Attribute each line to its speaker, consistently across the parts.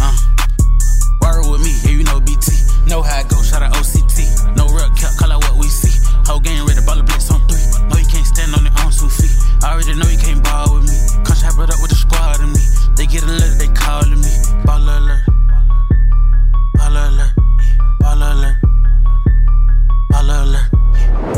Speaker 1: Uh, word with me, yeah, you know BT. Know how I go, shout out OCT. No rep, cap, call out what we see. Whole game ready, ball a blitz on three. No, you can't stand on it on two feet. I already know you can't ball with me. Come chop it up with the squad and me. They get a letter, they calling me. Ball alert. Ball alert. Ball alert. Ball alert.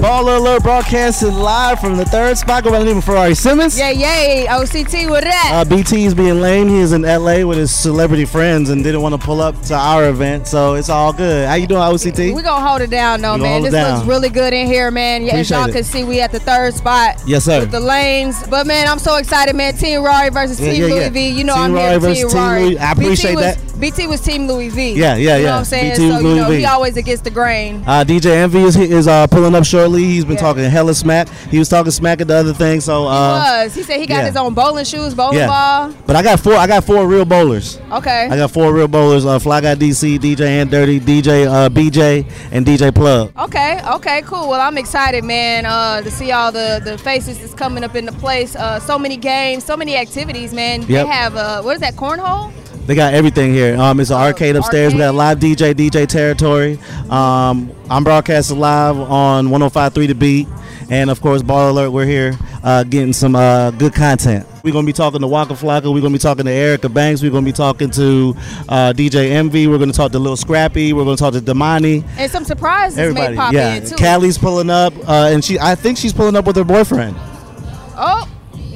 Speaker 2: Ball Alert broadcasting live from the third spot. Go by the name of Ferrari Simmons.
Speaker 3: Yeah, yay, OCT, what that?
Speaker 2: Uh, BT is being lame. He is in LA with his celebrity friends and didn't want to pull up to our event, so it's all good. How you doing, OCT?
Speaker 3: we gonna hold it down though,
Speaker 2: We gonna
Speaker 3: man.
Speaker 2: hold it
Speaker 3: This
Speaker 2: down.
Speaker 3: looks really good in here, man. Yeah, as
Speaker 2: Appreciate
Speaker 3: y'all
Speaker 2: it.
Speaker 3: can see, we at the third spot.
Speaker 2: Yes, sir.
Speaker 3: With the lanes, but man, I'm so excited, man. Team Rory versus
Speaker 2: Yeah,
Speaker 3: Team
Speaker 2: yeah,
Speaker 3: Louis
Speaker 2: yeah.
Speaker 3: V. You know
Speaker 2: Team
Speaker 3: I'm
Speaker 2: Rory
Speaker 3: here,
Speaker 2: versus
Speaker 3: Team
Speaker 2: Team
Speaker 3: Rory.
Speaker 2: Louis- I appreciate
Speaker 3: BT was,
Speaker 2: that.
Speaker 3: BT was Team Louis V.
Speaker 2: Yeah, yeah,
Speaker 3: You know
Speaker 2: yeah.
Speaker 3: what I'm saying?
Speaker 2: BT
Speaker 3: so
Speaker 2: Louis
Speaker 3: you know
Speaker 2: V.
Speaker 3: he always against the grain.
Speaker 2: Uh, DJ Envy is, is uh, pulling up shortly. He's been
Speaker 3: Yeah.
Speaker 2: talking hella smack. He was talking smack at the other thing, so uh,
Speaker 3: was. He said he got
Speaker 2: yeah.
Speaker 3: his own bowling shoes, bowling
Speaker 2: yeah. But I got four. I got four real bowlers.
Speaker 3: ball. Okay.
Speaker 2: I got four real bowlers. Uh, Fly Guy DC, DJ and Dirty, DJ uh, BJ, and DJ Plug.
Speaker 3: Okay, okay, cool. Well, I'm excited, man, uh, to see all the, the faces that's coming up into place. Uh, so many games, so many activities, man.
Speaker 2: Yep.
Speaker 3: They have, uh, what is that, cornhole?
Speaker 2: They got everything here. Um, it's an arcade upstairs. We got
Speaker 3: Oh, arcade.
Speaker 2: live DJ, DJ territory. Um, I'm broadcasting live on 105.3 The Beat, and of course, Ball Alert. We're here uh, getting some uh, good content. We're gonna be talking to Waka Flocka. We're gonna be talking to Erica Banks. We're gonna be talking to uh, DJ Envy. We're gonna talk to Lil Scrappy. We're gonna talk to Damani.
Speaker 3: And some surprises
Speaker 2: Everybody,
Speaker 3: may pop
Speaker 2: yeah.
Speaker 3: in, too.
Speaker 2: Callie's pulling up, uh, and she. I think she's pulling up with her boyfriend.
Speaker 3: oh,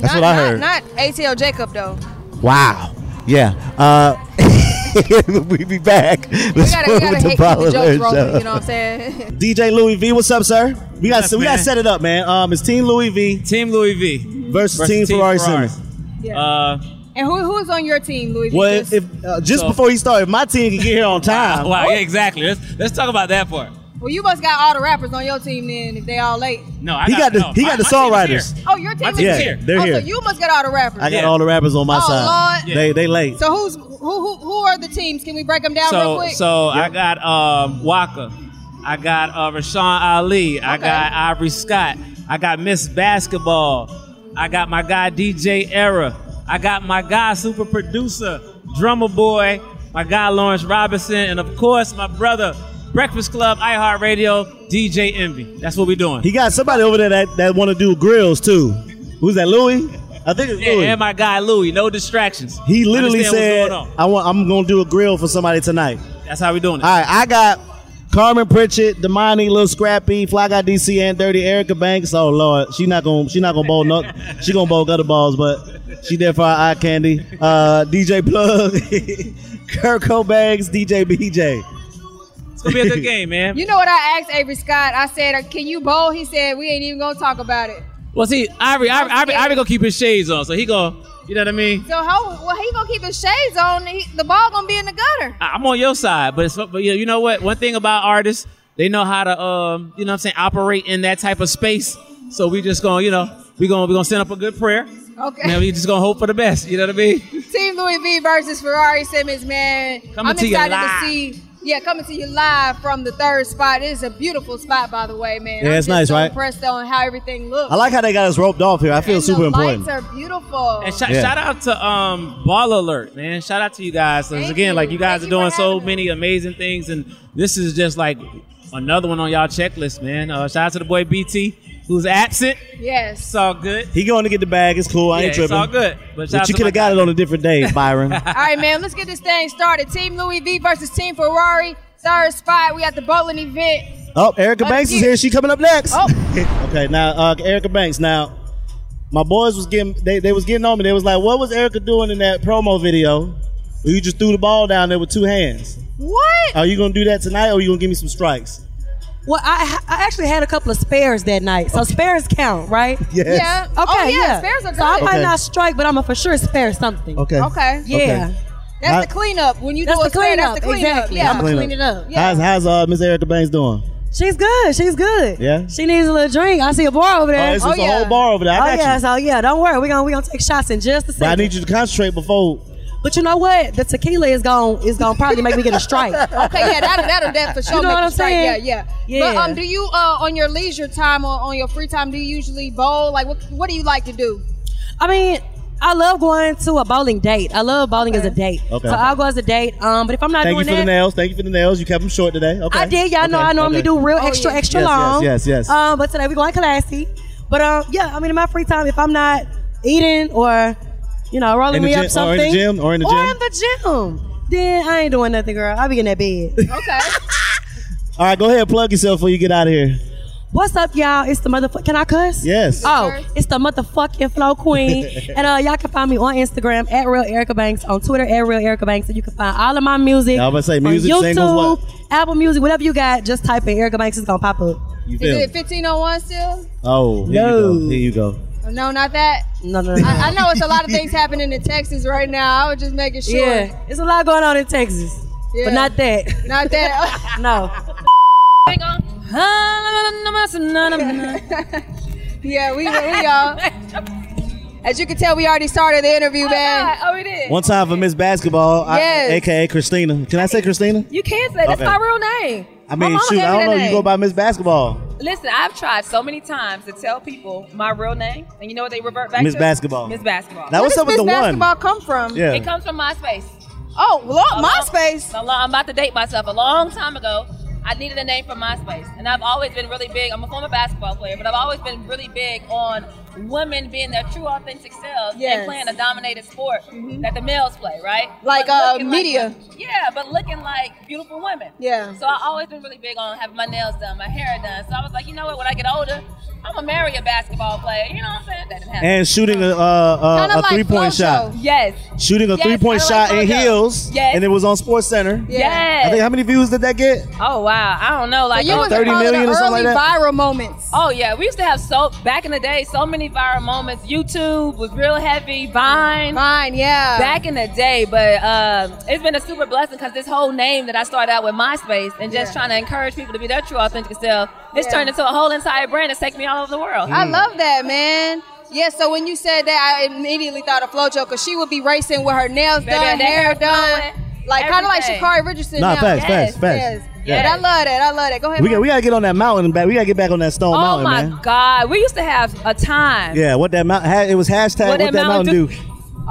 Speaker 2: That's
Speaker 3: not,
Speaker 2: what I
Speaker 3: not-
Speaker 2: heard.
Speaker 3: Not, ATL Jacob, though.
Speaker 2: Wow. Yeah. Uh, we be back.
Speaker 3: We
Speaker 2: Let's
Speaker 3: gotta,
Speaker 2: move with
Speaker 3: we gotta
Speaker 2: the
Speaker 3: hit, keep
Speaker 2: Ball
Speaker 3: the jokes
Speaker 2: Alert
Speaker 3: rolling,
Speaker 2: show.
Speaker 3: you know what I'm saying?
Speaker 2: DJ Louis V, what's up, sir? We got
Speaker 4: What's up,
Speaker 2: we got to
Speaker 4: man?
Speaker 2: set it up, man. Um, it's Team Louis V
Speaker 4: Team Louis V.
Speaker 2: versus,
Speaker 4: Versus
Speaker 2: Team,
Speaker 4: Team
Speaker 2: Ferrari,
Speaker 4: Ferrari.
Speaker 2: Simmons.
Speaker 3: yeah.
Speaker 4: Uh,
Speaker 3: and who, who is on your team, Louis?
Speaker 2: Well,
Speaker 3: Because-
Speaker 2: if uh, just
Speaker 4: So-
Speaker 2: before he started, if my team can get here on time.
Speaker 4: wow, yeah, exactly. Let's let's talk about that part.
Speaker 3: well, you must got all the rappers on your team then if they all late.
Speaker 4: No, I
Speaker 2: He got the-
Speaker 4: no,
Speaker 2: he
Speaker 4: my-
Speaker 2: got the
Speaker 4: my team is
Speaker 2: songwriters.
Speaker 4: here.
Speaker 3: Oh, your team
Speaker 4: My
Speaker 3: is
Speaker 4: team's
Speaker 2: yeah,
Speaker 4: here.
Speaker 2: they're
Speaker 3: oh,
Speaker 2: here.
Speaker 3: so you must get all the rappers.
Speaker 2: I got
Speaker 4: Yeah.
Speaker 2: all the rappers on my
Speaker 3: Oh,
Speaker 2: side.
Speaker 3: Lord.
Speaker 2: They they late.
Speaker 3: So who's who, who who are the teams? Can we break them down real
Speaker 4: So
Speaker 3: quick?
Speaker 4: so I got um, Waka, I got uh, Rashawn Ali, I
Speaker 3: Okay.
Speaker 4: got Aubrey Scott, I got Miss Basketball, I got my guy DJ Era, I got my guy super producer Drummer Boy, my guy Lawrence Robinson, and of course my brother Breakfast Club iHeartRadio DJ Envy. That's what we're doing.
Speaker 2: he got somebody over there that, that want to do grills too. Who's that, Louis? I think it's
Speaker 4: Yeah,
Speaker 2: Louis.
Speaker 4: and my guy Louie, no distractions.
Speaker 2: he literally
Speaker 4: Understand
Speaker 2: said,
Speaker 4: what's going
Speaker 2: "I want I'm gonna do a grill for somebody tonight."
Speaker 4: on. "That's how we doing it."
Speaker 2: All right, I got Carmen Pritchett, Damani, Lil Scrappy, Fly Guy DC, and Dirty Erica Banks. Oh Lord, she not gonna she not gonna bowl nut. She gonna bowl gutter balls, but she there for our eye candy. Uh, DJ Plug, Kirk Cobangs, DJ BJ.
Speaker 4: it's gonna be a good game, man.
Speaker 3: you know what I asked Avery Scott? I said, "Uh, "Can you bowl?" He said, "We ain't even gonna talk about it."
Speaker 4: Well, see, Ivory, Ivory, Ivory,
Speaker 3: scared.
Speaker 4: Ivory gonna keep his shades on, so he gonna, you know what I mean?
Speaker 3: So how? Well, he gonna keep his shades on. He, the ball gonna be in the gutter.
Speaker 4: I- I'm on your side, but it's, but yeah, you know what? One thing about artists, they know how to, um, you know, what I'm saying, operate in that type of space. So we just gonna, you know, we gonna we gonna send up a good prayer.
Speaker 3: Okay.
Speaker 4: Now we just gonna hope for the best. You know what I mean?
Speaker 3: Team Louis V versus Ferrari Simmons, man.
Speaker 4: Coming
Speaker 3: I'm
Speaker 4: to you
Speaker 3: excited
Speaker 4: live.
Speaker 3: to see. Yeah, coming to you live from the third spot. It is a beautiful spot, by the way, man.
Speaker 2: Yeah,
Speaker 3: I'm
Speaker 2: it's
Speaker 3: just
Speaker 2: nice,
Speaker 3: so
Speaker 2: right?
Speaker 3: Impressed on how everything looks.
Speaker 2: I like how they got us roped off here. I feel
Speaker 3: and
Speaker 2: super
Speaker 3: the
Speaker 2: important.
Speaker 3: Lights are beautiful.
Speaker 4: And shout,
Speaker 2: Yeah.
Speaker 4: shout out to um, Ball Alert, man. Shout out to you guys. 'Cause
Speaker 3: Thank
Speaker 4: again,
Speaker 3: you.
Speaker 4: like you guys
Speaker 3: Thank
Speaker 4: are doing
Speaker 3: you for
Speaker 4: so
Speaker 3: having us.
Speaker 4: many amazing things, and this is just like another one on y'all checklist, man. Uh, shout out to the boy BT who's absent.
Speaker 3: yes.
Speaker 4: It's all good.
Speaker 2: he going to get the bag. It's cool. I
Speaker 4: Yeah,
Speaker 2: ain't tripping.
Speaker 4: it's all good. But, shout out
Speaker 2: But
Speaker 4: to
Speaker 2: you could
Speaker 4: my
Speaker 2: have got it on a different day, Byron.
Speaker 3: All right, man. Let's get this thing started. Team Louis V versus Team Ferrari. Third spot. We at the bowling event.
Speaker 2: oh, Erica Banks is here. She coming up next.
Speaker 3: Oh.
Speaker 2: okay, now uh, Erica Banks. Now, my boys was getting they, they was getting on me. They was like, "What was Erica doing in that promo video? Where you just threw the ball down there with two hands?
Speaker 3: What?
Speaker 2: Are you gonna do that tonight, or you gonna give me some strikes?"
Speaker 5: Well, I, I actually had a couple of spares that night, so spares count, right? Okay,
Speaker 2: Yes.
Speaker 3: Yeah. Okay. Oh,
Speaker 5: yeah.
Speaker 3: yeah. Spares are
Speaker 5: so I
Speaker 3: good.
Speaker 5: might
Speaker 2: Okay.
Speaker 5: not strike, but I'm gonna for sure spare something.
Speaker 2: Okay.
Speaker 3: Okay.
Speaker 5: Yeah,
Speaker 2: Okay.
Speaker 3: That's
Speaker 2: I-
Speaker 3: the cleanup. When you
Speaker 5: that's
Speaker 3: do
Speaker 5: the
Speaker 3: a spare,
Speaker 5: cleanup.
Speaker 3: that's the cleanup.
Speaker 5: Exactly.
Speaker 3: Yeah.
Speaker 5: I'm gonna
Speaker 2: Cleanup.
Speaker 5: clean it up.
Speaker 3: Yeah.
Speaker 2: How's how's uh, Miss Erica Banks doing?
Speaker 5: She's good. She's good.
Speaker 2: Yeah?
Speaker 5: She needs a little drink. I see a bar over
Speaker 2: Oh,
Speaker 5: there.
Speaker 2: it's
Speaker 3: Oh,
Speaker 2: it's a
Speaker 3: yeah.
Speaker 2: whole bar over there. I
Speaker 5: Oh,
Speaker 2: got
Speaker 5: yeah.
Speaker 2: you.
Speaker 5: So yeah, don't worry. We're gonna we gonna take shots in just a
Speaker 2: But I
Speaker 5: second.
Speaker 2: need you to concentrate before.
Speaker 5: but you know what? The tequila is gonna is gonna probably make me get a strike.
Speaker 3: Okay, yeah, that'll, that'll that for sure.
Speaker 5: You know
Speaker 3: make
Speaker 5: what I'm
Speaker 3: strike.
Speaker 5: saying?
Speaker 3: Yeah, yeah,
Speaker 5: Yeah.
Speaker 3: But um, do you uh on your leisure time or on your free time do you usually bowl? Like, what what do you like to do?
Speaker 5: I mean, I love going to a bowling date. I love bowling as a date.
Speaker 2: Okay.
Speaker 5: So I'll go as a date. Um, but if I'm not
Speaker 2: Thank you
Speaker 5: doing
Speaker 2: for the
Speaker 5: that,
Speaker 2: nails. Thank you for the nails. You kept them short today. Okay.
Speaker 5: I did. Y'all know
Speaker 2: Okay,
Speaker 5: I normally
Speaker 2: okay.
Speaker 5: do real
Speaker 3: Oh,
Speaker 5: extra,
Speaker 3: yeah.
Speaker 5: extra
Speaker 2: Yes, yes,
Speaker 5: long.
Speaker 2: yes, yes.
Speaker 5: Um, but today we're going classy. But um, yeah, I mean, in my free time, if I'm not eating or, you know, rolling
Speaker 2: In the
Speaker 5: me
Speaker 2: gym-
Speaker 5: up
Speaker 2: or in
Speaker 5: something,
Speaker 2: the gym, or in the
Speaker 5: or
Speaker 2: gym.
Speaker 5: in the gym, then I ain't doing nothing, girl. I be in that bed.
Speaker 3: Okay,
Speaker 2: All right, go ahead. Plug yourself before you get out of here.
Speaker 5: What's up, y'all? It's the motherfucker. Can I cuss?
Speaker 2: Yes.
Speaker 5: Oh,
Speaker 3: Sure.
Speaker 5: it's the motherfucking Flow Queen. and uh, y'all can find me on Instagram at Real Erica Banks, on Twitter at Real Erica Banks, and you can find all of my music.
Speaker 2: I was about to say,
Speaker 5: on
Speaker 2: music,
Speaker 5: YouTube,
Speaker 2: singles, what?
Speaker 5: Apple Music, whatever you got, just type in Erica Banks, it's gonna pop up.
Speaker 2: You
Speaker 3: is
Speaker 2: feel?
Speaker 3: it
Speaker 2: me?
Speaker 3: fifteen oh one still?
Speaker 2: Oh, here you go.
Speaker 5: No.
Speaker 2: Here you go.
Speaker 3: No, not that.
Speaker 5: No, no, no. no.
Speaker 3: I, I know it's a lot of things happening in Texas right now. I was just making sure.
Speaker 5: Yeah, it's a lot going on in Texas,
Speaker 3: Yeah.
Speaker 5: but not that.
Speaker 3: Not that.
Speaker 5: No.
Speaker 3: yeah, we we y'all. As you can tell, we already started the interview, man.
Speaker 6: Oh, it is.
Speaker 2: One time for Miss Basketball, I-
Speaker 3: Yes.
Speaker 2: aka Christina. Can I say Christina?
Speaker 6: You can't say that's
Speaker 2: Okay.
Speaker 6: my real name.
Speaker 2: I mean,
Speaker 6: mama
Speaker 2: shoot,
Speaker 6: gave
Speaker 2: I
Speaker 6: me
Speaker 2: don't
Speaker 6: that
Speaker 2: know. You
Speaker 6: name.
Speaker 2: go by Miss Basketball,
Speaker 6: Listen, I've tried so many times to tell people my real name, and you know what they revert back
Speaker 2: Miss
Speaker 6: to?
Speaker 2: Basketball.
Speaker 6: Miss Basketball.
Speaker 2: Now what's
Speaker 3: Where
Speaker 2: up with
Speaker 3: does
Speaker 2: the
Speaker 3: Miss basketball
Speaker 2: one?
Speaker 3: come from?
Speaker 2: Yeah.
Speaker 6: It comes from MySpace.
Speaker 3: Oh, well,
Speaker 6: A long-
Speaker 3: MySpace.
Speaker 6: a lo- I'm about to date myself. A long time ago, I needed a name for MySpace, and I've always been really big. I'm a former basketball player, but I've always been really big on women being their true, authentic selves
Speaker 3: Yes. Mm-hmm.
Speaker 6: and playing a dominated sport that the males play, right?
Speaker 3: Like,
Speaker 6: But
Speaker 3: uh,
Speaker 6: looking
Speaker 3: media.
Speaker 6: yeah, but looking like beautiful women.
Speaker 3: Yeah.
Speaker 6: So I've always been really big on having my nails done, my hair done. So I was like, you know what? When I get older, I'm gonna marry a basketball player. You know what I'm saying? That didn't happen.
Speaker 2: And shooting a, uh, uh,
Speaker 3: Kinda
Speaker 2: a
Speaker 3: like
Speaker 2: three point
Speaker 3: Flojo.
Speaker 2: shot,
Speaker 6: yes.
Speaker 2: shooting a
Speaker 6: Yes,
Speaker 2: three point
Speaker 6: kinda like
Speaker 2: shot in
Speaker 6: Flojo.
Speaker 2: heels,
Speaker 6: Yes.
Speaker 2: and it was on Sports Center.
Speaker 6: Yes.
Speaker 2: I think how many views did that get?
Speaker 6: oh wow. I don't know. Like
Speaker 3: You
Speaker 6: oh,
Speaker 3: was
Speaker 2: 30
Speaker 3: in one of the
Speaker 2: million or something
Speaker 3: early
Speaker 2: like that?
Speaker 3: viral moments.
Speaker 6: Oh yeah, we used to have so back in the day so many viral moments. YouTube was real heavy, Vine.
Speaker 3: Mine, yeah.
Speaker 6: Back in the day, but uh, it's been a super blessing because this whole name that I started out with MySpace and just
Speaker 3: Yeah.
Speaker 6: trying to encourage people to be their true authentic self, it's
Speaker 3: Yeah.
Speaker 6: turned into a whole entire brand that's taken me all over the world.
Speaker 3: Oh,
Speaker 2: Mm.
Speaker 3: I love that, man. Yeah, so when you said that, I immediately thought of FloJo because she would be racing with her nails
Speaker 6: Baby,
Speaker 3: done,
Speaker 6: that
Speaker 3: hair
Speaker 6: hair
Speaker 3: done,
Speaker 6: flowing,
Speaker 3: like kind of like
Speaker 6: everything.
Speaker 3: Shakari Richardson.
Speaker 2: Nah,
Speaker 3: now.
Speaker 2: facts,
Speaker 6: yes,
Speaker 2: facts, facts.
Speaker 3: Yes.
Speaker 2: Yeah.
Speaker 3: But I love that. I love that. Go ahead.
Speaker 2: We got
Speaker 3: Mom.
Speaker 2: we gotta get on that mountain back. We gotta get back on that Stone
Speaker 6: oh
Speaker 2: Mountain,
Speaker 6: my
Speaker 2: man.
Speaker 6: God, we used to have a time.
Speaker 2: Yeah, what that mountain? Ha- it was hashtag what, that, mountain, do.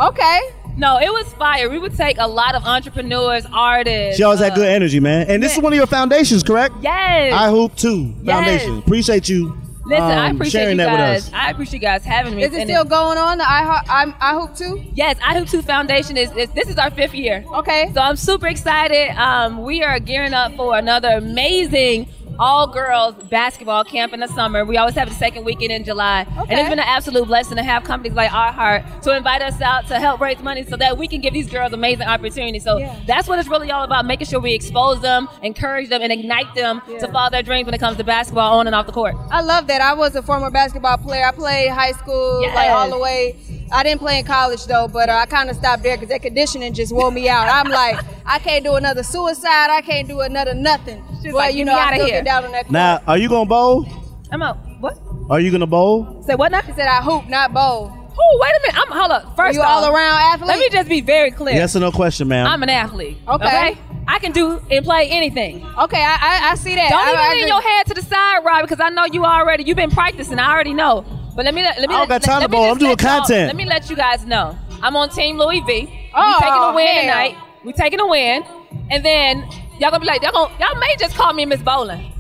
Speaker 3: okay.
Speaker 6: No, it was fire. We would take a lot of entrepreneurs, artists.
Speaker 2: She always
Speaker 6: uh,
Speaker 2: had good energy, man. And this is one of your foundations, correct?
Speaker 6: Yes.
Speaker 2: I hoop too.
Speaker 6: Yes.
Speaker 2: Foundation. Appreciate you.
Speaker 6: Listen, I
Speaker 2: um,
Speaker 6: appreciate
Speaker 2: sharing
Speaker 6: you
Speaker 2: that with
Speaker 6: guys.
Speaker 2: us.
Speaker 6: I appreciate you guys having me.
Speaker 3: Is it
Speaker 6: And
Speaker 3: still going on? The I Heart- I'm- I hope too.
Speaker 6: Yes, I Do Too Foundation is, is this is our fifth year.
Speaker 3: Okay.
Speaker 6: So I'm super excited. Um, we are gearing up for another amazing all girls basketball camp in the summer. We always have the second weekend in July. And
Speaker 3: Okay.
Speaker 6: it's been an absolute blessing to have companies like Our Heart to invite us out to help raise money so that we can give these girls amazing opportunities. So
Speaker 3: Yeah.
Speaker 6: that's what it's really all about making sure we expose them, encourage them, and ignite them to follow their dreams when it comes to basketball on and off the court.
Speaker 3: I love that. I was a former basketball player. I played high school, like
Speaker 6: Yes.
Speaker 3: all the way. I didn't play in college though, but uh, I kind of stopped there because that conditioning just wore me out. I'm like, I can't do another suicide. I can't do another nothing.
Speaker 6: She's
Speaker 3: well,
Speaker 6: like,
Speaker 3: you
Speaker 6: get
Speaker 3: know,
Speaker 6: me
Speaker 3: I
Speaker 6: outta
Speaker 3: still
Speaker 6: here.
Speaker 3: get down on that. court.
Speaker 2: Now, are you gonna bowl?
Speaker 6: I'm out. What?
Speaker 2: Are you gonna bowl?
Speaker 3: Say what now? He said I hoop, not bowl.
Speaker 6: Who? Wait a minute. I'm hold up. First,
Speaker 3: You
Speaker 6: off,
Speaker 3: all-around athlete?
Speaker 6: Let me just be very clear.
Speaker 2: Yes or no question, ma'am.
Speaker 6: I'm an athlete.
Speaker 3: Okay.
Speaker 6: I can do and play anything.
Speaker 3: Okay, I I, I see that.
Speaker 6: Don't
Speaker 3: I,
Speaker 6: even
Speaker 3: I
Speaker 6: lean
Speaker 3: agree.
Speaker 6: your head to the side, Rob, because I know you already. You've been practicing. I already know. But let me let, let me.
Speaker 2: I
Speaker 6: let,
Speaker 2: don't got time
Speaker 6: let,
Speaker 2: to bowl.
Speaker 6: me
Speaker 2: I'm
Speaker 6: just
Speaker 2: doing
Speaker 6: let y'all-
Speaker 2: content.
Speaker 6: Let me let you guys know. I'm on Team Louis V.
Speaker 3: Oh,
Speaker 6: we taking a win
Speaker 3: hell.
Speaker 6: tonight. We taking a win, and then y'all gonna be like, y'all gonna, y'all may just call me Miss Bowling.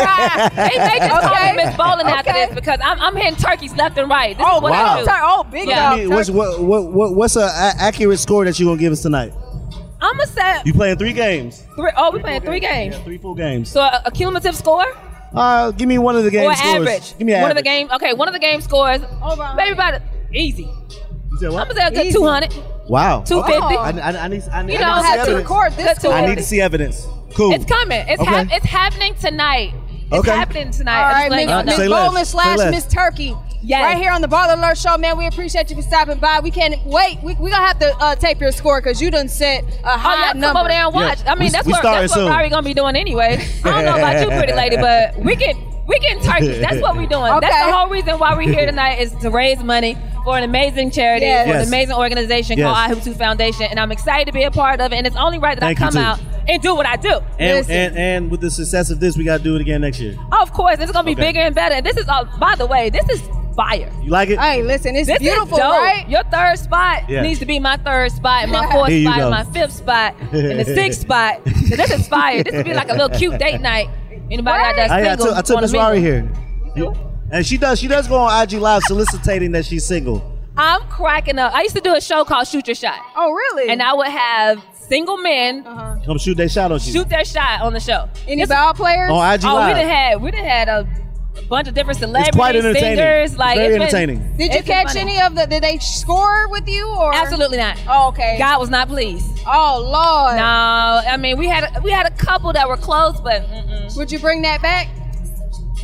Speaker 6: they may just call me Miss Bowling after
Speaker 3: Okay.
Speaker 6: this because I'm, I'm hitting turkeys left and right. This
Speaker 3: Oh,
Speaker 6: is what
Speaker 2: wow.
Speaker 6: I do.
Speaker 3: Tur- oh, big
Speaker 6: Yeah.
Speaker 3: dog.
Speaker 2: Hey, what's, what, what, what, what's a, a accurate score that you gonna give us tonight?
Speaker 6: I'm gonna set
Speaker 2: You playing three games?
Speaker 6: three, oh, we playing three games.
Speaker 2: Yeah, three full games.
Speaker 6: So a, a cumulative score.
Speaker 2: uh, give me one of the game
Speaker 6: or
Speaker 2: scores.
Speaker 6: average.
Speaker 2: Give me
Speaker 6: one
Speaker 2: average.
Speaker 6: of the game. Okay, one of the game scores.
Speaker 3: Over
Speaker 6: Maybe about a- easy.
Speaker 2: You said
Speaker 6: I'm
Speaker 2: what?
Speaker 6: gonna say a good
Speaker 3: Easy.
Speaker 6: 200,
Speaker 2: wow.
Speaker 6: 250.
Speaker 2: I, I, I need. I need,
Speaker 6: You
Speaker 2: I
Speaker 6: don't
Speaker 2: need
Speaker 6: have
Speaker 2: to
Speaker 6: to
Speaker 2: see evidence.
Speaker 3: record this
Speaker 6: That's
Speaker 3: score.
Speaker 6: cool.
Speaker 2: I need to see evidence. Cool.
Speaker 6: It's coming. It's
Speaker 2: Okay.
Speaker 6: hap- it's happening tonight. It's
Speaker 2: Okay.
Speaker 6: happening tonight.
Speaker 3: All
Speaker 6: I'm
Speaker 3: right,
Speaker 6: just letting
Speaker 3: Miss,
Speaker 6: y'all know.
Speaker 2: Say
Speaker 3: Miss
Speaker 2: less.
Speaker 3: Bowman
Speaker 2: Say
Speaker 3: slash
Speaker 2: less.
Speaker 3: Miss Turkey.
Speaker 6: Yes.
Speaker 3: Right here on the Ball Alert Show, man. We appreciate you for stopping by. We can't wait. We're we going to have to uh, tape your score because you done set a
Speaker 6: Oh,
Speaker 3: high
Speaker 6: y'all
Speaker 3: number.
Speaker 6: come over there and watch.
Speaker 2: Yeah.
Speaker 6: I mean,
Speaker 2: We-
Speaker 6: that's
Speaker 2: we
Speaker 6: what
Speaker 2: starting
Speaker 6: that's what
Speaker 2: soon.
Speaker 6: Rory gonna be doing anyway. I don't know about you, pretty lady, but we get we getting turkeys. That's what we doing.
Speaker 3: Okay.
Speaker 6: That's the whole reason why we're here tonight is to raise money for an amazing charity,
Speaker 3: Yes.
Speaker 6: for
Speaker 2: Yes.
Speaker 6: an amazing organization
Speaker 2: Yes.
Speaker 6: called I Hoop Two Foundation, and I'm excited to be a part of it. And it's only right that
Speaker 2: Thank
Speaker 6: I
Speaker 2: you,
Speaker 6: come
Speaker 2: too.
Speaker 6: out and do what I do.
Speaker 2: and,
Speaker 3: Listen.
Speaker 2: and and with the success of this, we gotta do it again next year.
Speaker 6: Of course, it's gonna be
Speaker 2: Okay.
Speaker 6: bigger and better. And this is, uh, by the way, this is fire.
Speaker 2: You like it?
Speaker 3: Hey, listen, it's
Speaker 6: This
Speaker 3: beautiful,
Speaker 6: is dope.
Speaker 3: right?
Speaker 6: Your third spot
Speaker 2: Yeah.
Speaker 6: needs to be my third spot, and my
Speaker 3: Yeah.
Speaker 6: fourth
Speaker 2: Here you
Speaker 6: spot,
Speaker 2: go.
Speaker 6: and my fifth spot, and the sixth spot. So this is fire. This would be like a little cute date night. Anybody out there
Speaker 2: I, I
Speaker 6: single?
Speaker 2: took, I took
Speaker 6: wanna
Speaker 2: Miss
Speaker 6: mingle?
Speaker 2: Rari here. And she does. She does go on IG Live soliciting that she's single.
Speaker 6: I'm cracking up. I used to do a show called Shoot Your Shot,
Speaker 3: Oh, really? Uh-huh.
Speaker 6: and I would have single men
Speaker 2: Come shoot that shot on you.
Speaker 6: shoot their shot on the show.
Speaker 3: Oh, Any
Speaker 6: It's-
Speaker 3: ball players?
Speaker 2: on IG
Speaker 6: Oh, we
Speaker 2: Live.
Speaker 6: done had we done had a bunch of different celebrities,
Speaker 2: it's quite entertaining.
Speaker 6: singers.
Speaker 2: It's
Speaker 6: Like
Speaker 2: very
Speaker 6: it's been-
Speaker 2: entertaining.
Speaker 3: Did you
Speaker 6: it's been
Speaker 3: catch
Speaker 6: funny.
Speaker 3: any of the? Did they score with you or?
Speaker 6: Absolutely not.
Speaker 3: Oh, okay.
Speaker 6: God was not pleased.
Speaker 3: Oh Lord.
Speaker 6: No, I mean we had a, we had a couple that were close, but mm-mm.
Speaker 3: Would you bring that back?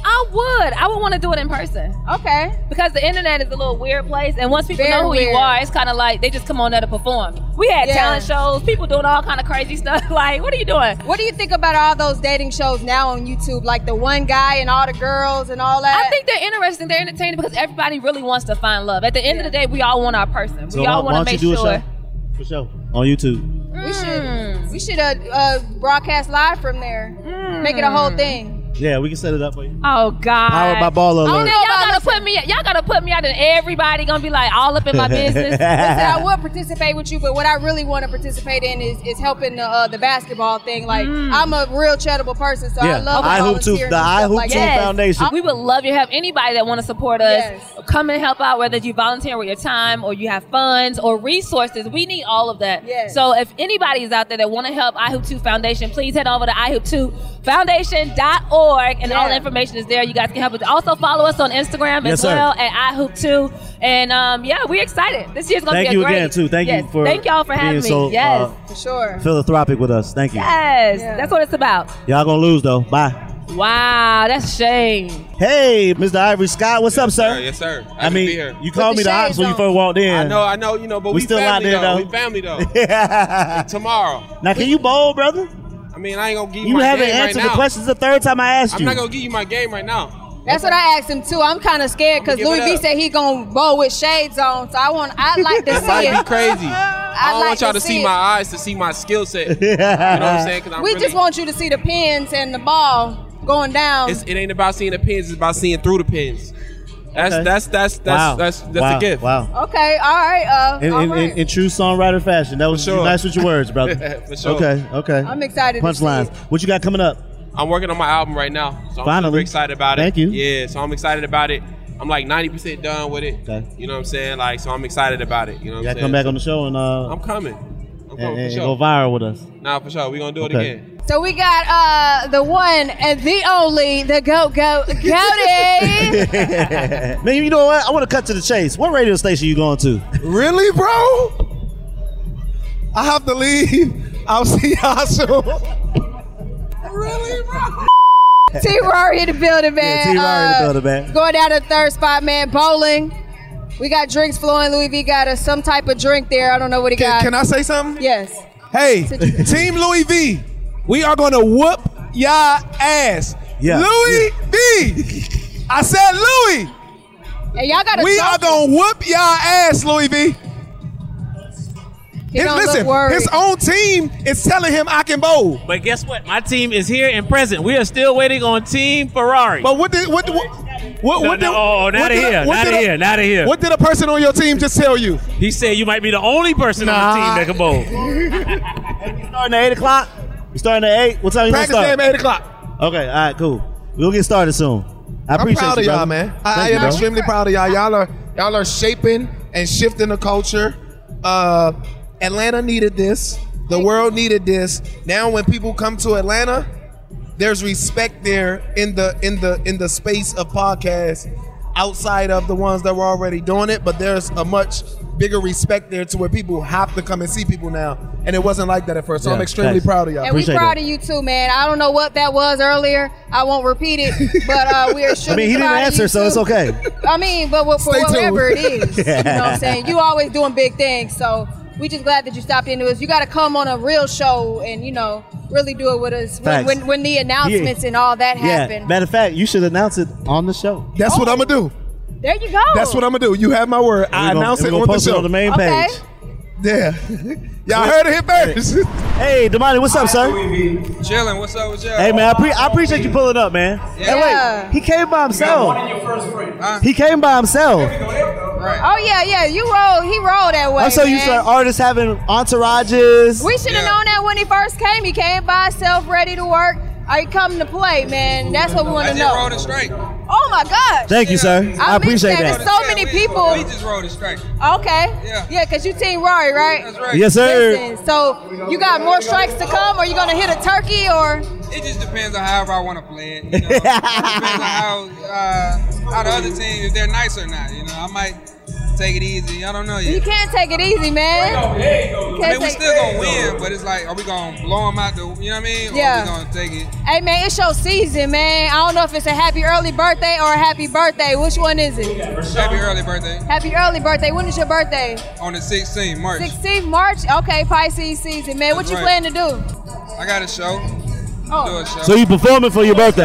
Speaker 6: I would I would want to do it in person
Speaker 3: Okay.
Speaker 6: because the internet is a little weird place, and once people
Speaker 3: Very
Speaker 6: know who
Speaker 3: weird.
Speaker 6: you are, it's kind of like they just come on there to perform. We had
Speaker 3: Yeah.
Speaker 6: talent shows, people doing all kind of crazy stuff. like, what are you doing?
Speaker 3: What do you think about all those dating shows now on YouTube? Like the one guy and all the girls and all that.
Speaker 6: I think they're interesting. They're entertaining because everybody really wants to find love. At the end of the day, we all want our person.
Speaker 2: So
Speaker 6: we
Speaker 2: why,
Speaker 6: all
Speaker 2: why don't
Speaker 6: want to make
Speaker 2: you do a
Speaker 6: sure.
Speaker 2: show? For sure. On YouTube.
Speaker 3: we
Speaker 6: Hmm.
Speaker 3: should we should uh, uh, broadcast live from there. Make it a whole thing.
Speaker 2: Yeah, we can set it up for you.
Speaker 6: Oh God!
Speaker 2: Powered by Ball
Speaker 6: Oh,
Speaker 2: Alert.
Speaker 6: now y'all gotta put me. Y'all gotta put me out, and everybody gonna be like all up in my business.
Speaker 3: Listen, I would participate with you, but what I really want to participate in is, is helping the uh, the basketball thing. Like
Speaker 6: Hmm.
Speaker 3: I'm a real charitable person, so I
Speaker 2: Yeah,
Speaker 3: love
Speaker 2: I hoop too.
Speaker 3: volunteering
Speaker 2: The
Speaker 3: and
Speaker 2: I
Speaker 3: stuff
Speaker 2: hoop
Speaker 3: like
Speaker 2: too
Speaker 3: that.
Speaker 6: Yes.
Speaker 2: Foundation.
Speaker 6: We would love your help. Anybody that want to support us,
Speaker 3: Yes.
Speaker 6: come and help out. Whether you volunteer with your time or you have funds or resources, we need all of that.
Speaker 3: Yes.
Speaker 6: So if anybody is out there that want to help iHoop 2 Foundation, please head over to iHoop2 Foundation.org and all
Speaker 3: Yeah.
Speaker 6: the information is there. You guys can help us. Also follow us on Instagram
Speaker 2: Yes,
Speaker 6: as
Speaker 2: sir.
Speaker 6: well at iHoop2. And um, yeah, we're excited. This year's gonna
Speaker 2: Thank
Speaker 6: be a
Speaker 2: you
Speaker 6: great.
Speaker 2: again too. Thank
Speaker 6: yes.
Speaker 2: you for
Speaker 6: thank y'all for
Speaker 2: being
Speaker 6: having me.
Speaker 2: so,
Speaker 6: yes.
Speaker 2: uh,
Speaker 3: For sure.
Speaker 2: philanthropic with us. Thank you.
Speaker 6: Yes,
Speaker 3: Yeah.
Speaker 6: that's what it's about.
Speaker 2: Y'all gonna lose though. Bye.
Speaker 6: Wow, that's shame.
Speaker 2: Hey, Mr. Ivory Scott, what's up, sir?
Speaker 7: Yes, sir.
Speaker 2: I
Speaker 7: Happy to
Speaker 2: mean,
Speaker 7: be here.
Speaker 2: you called me
Speaker 3: With the
Speaker 2: the ops
Speaker 3: shades
Speaker 2: when you
Speaker 3: on.
Speaker 2: first walked in.
Speaker 7: I know, I know, you know, but
Speaker 2: We
Speaker 7: we,
Speaker 2: still out
Speaker 7: family
Speaker 2: there,
Speaker 7: though.
Speaker 2: though.
Speaker 7: We family though.
Speaker 2: now,
Speaker 7: Tomorrow.
Speaker 2: can you bowl, brother?
Speaker 7: I mean, I ain't gonna give you,
Speaker 2: You
Speaker 7: my
Speaker 2: haven't
Speaker 7: game
Speaker 2: answered
Speaker 7: right
Speaker 2: the
Speaker 7: now.
Speaker 2: questions the third time I asked
Speaker 7: I'm
Speaker 2: you.
Speaker 7: not gonna give you my game right now.
Speaker 3: That's what I asked him too. I'm kind of scared because
Speaker 7: Give it
Speaker 3: Louis B
Speaker 7: up.
Speaker 3: said he gonna bowl with shades on, so I want I like to
Speaker 7: It
Speaker 3: see
Speaker 7: might be
Speaker 3: it.
Speaker 7: crazy. I, don't
Speaker 3: like
Speaker 7: want y'all to
Speaker 3: to see
Speaker 7: see
Speaker 3: it.
Speaker 7: my eyes to see my skill set. you know what I'm saying? 'Cause I'm
Speaker 3: We
Speaker 7: really-
Speaker 3: just um, want you to see the pins and the ball going down.
Speaker 7: It's, it ain't about seeing the pins. It's about seeing through the pins. That's
Speaker 2: Okay.
Speaker 7: that's that's that's
Speaker 2: wow.
Speaker 7: that's that's,
Speaker 2: wow.
Speaker 7: a gift.
Speaker 2: Wow.
Speaker 3: okay, all right. Uh,
Speaker 2: In,
Speaker 3: all
Speaker 2: in,
Speaker 3: right.
Speaker 2: in, in true songwriter fashion, that was
Speaker 7: For sure.
Speaker 2: nice with your words, brother.
Speaker 7: For sure.
Speaker 2: Okay, okay.
Speaker 3: I'm excited to
Speaker 2: Punchlines.
Speaker 3: see
Speaker 2: What you got coming up?
Speaker 7: I'm working on my album right now, so I'm
Speaker 2: Finally.
Speaker 7: super excited about it.
Speaker 2: Thank you.
Speaker 7: Yeah, so I'm excited about it. I'm like 90% done with it.
Speaker 2: Okay.
Speaker 7: You know what I'm saying? Like, so I'm excited about it. You know
Speaker 2: You
Speaker 7: what I'm
Speaker 2: gotta
Speaker 7: saying?
Speaker 2: come back on the show and uh
Speaker 7: I'm coming. I'm
Speaker 2: and,
Speaker 7: coming
Speaker 2: and
Speaker 7: for
Speaker 2: go
Speaker 7: sure.
Speaker 2: viral with us.
Speaker 7: Nah, for sure. We gonna do it
Speaker 2: Okay.
Speaker 7: again.
Speaker 3: So we got uh, the one and the only, the go go goaty.
Speaker 2: Man, you know what? I want to cut to the chase. What radio station you going to?
Speaker 8: Really, bro? I have to leave. I'll see y'all soon. really, bro?
Speaker 3: T Rory in the building, man. Uh,
Speaker 2: Yeah, T. Rory in the building, man.
Speaker 3: Going down to third spot, man. Bowling. We got drinks flowing. Louis V got us some type of drink there. I don't know what he
Speaker 8: Can,
Speaker 3: got.
Speaker 8: can I say something?
Speaker 3: yes.
Speaker 8: Hey, Team Louis V, we are gonna whoop y'all ass.
Speaker 2: Yeah,
Speaker 8: Louis V.
Speaker 7: I said, Louis,
Speaker 3: And y'all gotta
Speaker 7: we
Speaker 3: talk
Speaker 7: are gonna whoop y'all ass, Louis V.
Speaker 3: He
Speaker 7: His-
Speaker 3: don't look
Speaker 7: listen,
Speaker 3: worried.
Speaker 7: his own team is telling him I can bowl.
Speaker 4: But guess what? My team is here and present. We are still waiting on Team Ferrari. But
Speaker 7: what did what what what,
Speaker 4: no,
Speaker 7: what
Speaker 4: no,
Speaker 7: did-
Speaker 4: oh, oh,
Speaker 7: what
Speaker 4: not
Speaker 7: did a-
Speaker 4: here,
Speaker 7: what
Speaker 4: not
Speaker 7: did a-
Speaker 4: here, not here.
Speaker 7: What did a person on your team just tell you?
Speaker 4: He said you might be the only person on the team that can bowl.
Speaker 2: Starting at eight o'clock. You starting at eight? What time you gonna
Speaker 7: Practice
Speaker 2: start?
Speaker 7: game eight o'clock.
Speaker 2: Okay, all right, cool. We'll get started soon. I
Speaker 7: I'm
Speaker 2: appreciate
Speaker 7: proud
Speaker 2: you,
Speaker 7: of y'all,
Speaker 2: brother.
Speaker 7: man. I, I
Speaker 2: Thank you,
Speaker 7: am
Speaker 2: bro.
Speaker 7: extremely proud of y'all. Y'all are y'all are shaping and shifting the culture. Uh, Atlanta needed this. The world needed this. Now, when people come to Atlanta, there's respect there in the in the in the space of podcasts outside of the ones that were already doing it. But there's a much bigger respect there to where people have to come and see people now. And it wasn't like that at first. So I'm
Speaker 2: Yeah,
Speaker 7: extremely
Speaker 2: thanks.
Speaker 7: proud of y'all.
Speaker 3: And we proud of you too, man. I don't know what that was earlier. I won't repeat it, but uh, we are sure.
Speaker 2: I mean, he didn't
Speaker 3: proud of
Speaker 2: answer,
Speaker 3: you,
Speaker 2: so
Speaker 3: too.
Speaker 2: it's okay.
Speaker 3: I mean, but what- for
Speaker 2: Stay tuned.
Speaker 3: whatever it is, you know what I'm saying? You always doing big things, so we just glad that you stopped into us. You got to come on a real show and you know really do it with us when,
Speaker 2: Facts.
Speaker 3: when, when the announcements
Speaker 2: Yeah.
Speaker 3: and all that
Speaker 2: Yeah.
Speaker 3: happen.
Speaker 2: Matter of fact, you should announce it on the show.
Speaker 7: That's what I'm gonna do.
Speaker 3: there you go.
Speaker 7: That's what I'm gonna do. You have my word. I
Speaker 2: And we gonna-
Speaker 7: announce
Speaker 2: and we
Speaker 7: it
Speaker 2: gonna
Speaker 7: on the
Speaker 2: post it
Speaker 7: show
Speaker 2: on the main
Speaker 3: Okay.
Speaker 2: page.
Speaker 7: Yeah. y'all heard it here first.
Speaker 2: Hey, Damani, what's up, sir?
Speaker 9: Chilling. What's up with y'all?
Speaker 2: Hey, man, I, pre- I appreciate you pulling up, man. Hey,
Speaker 3: Yeah.
Speaker 2: wait, he came by himself.
Speaker 9: your first break.
Speaker 2: He came by himself.
Speaker 3: Oh yeah, yeah. You roll. He rolled that way.
Speaker 2: I'm so
Speaker 3: man.
Speaker 2: used to artists having entourages.
Speaker 3: We should have known that when he first came. He came by himself, ready to work. Are you coming to play, man? That's what we want
Speaker 9: I
Speaker 3: to
Speaker 9: just
Speaker 3: know.
Speaker 9: rolled it straight.
Speaker 3: Oh my gosh.
Speaker 2: Thank you, sir. I,
Speaker 3: missed
Speaker 2: appreciate that.
Speaker 3: that. There's so many people.
Speaker 9: We just rolled it straight.
Speaker 3: Okay. Yeah. Yeah, because you team Rory, right? That's
Speaker 9: right.
Speaker 2: Yes, sir.
Speaker 3: Listen, so you got more strikes to come, or you gonna hit a turkey, or
Speaker 9: It just depends on however I want to play it. You know? it depends on how, uh, how the other team, if they're nice or not. You know, I might take it easy. I don't know
Speaker 3: you
Speaker 9: yet.
Speaker 3: can't take it easy, man. You
Speaker 9: I
Speaker 3: can't
Speaker 9: mean, we
Speaker 3: take-
Speaker 9: still gonna win, but it's like, are we gonna blow them out? The, you know what I mean?
Speaker 3: Yeah.
Speaker 9: Or are we gonna take it?
Speaker 3: Hey man, it's your season, man. I don't know if it's a happy early birthday or a happy birthday. Which one is it?
Speaker 9: Happy early birthday
Speaker 3: Happy early birthday. When is your birthday?
Speaker 9: on the 16th March.
Speaker 3: 16th March. Okay, Pisces season, man. What
Speaker 9: That's
Speaker 3: you
Speaker 9: right.
Speaker 3: plan to do?
Speaker 9: I got a show. Do
Speaker 3: Oh.
Speaker 9: a show.
Speaker 2: So you performing for your birthday?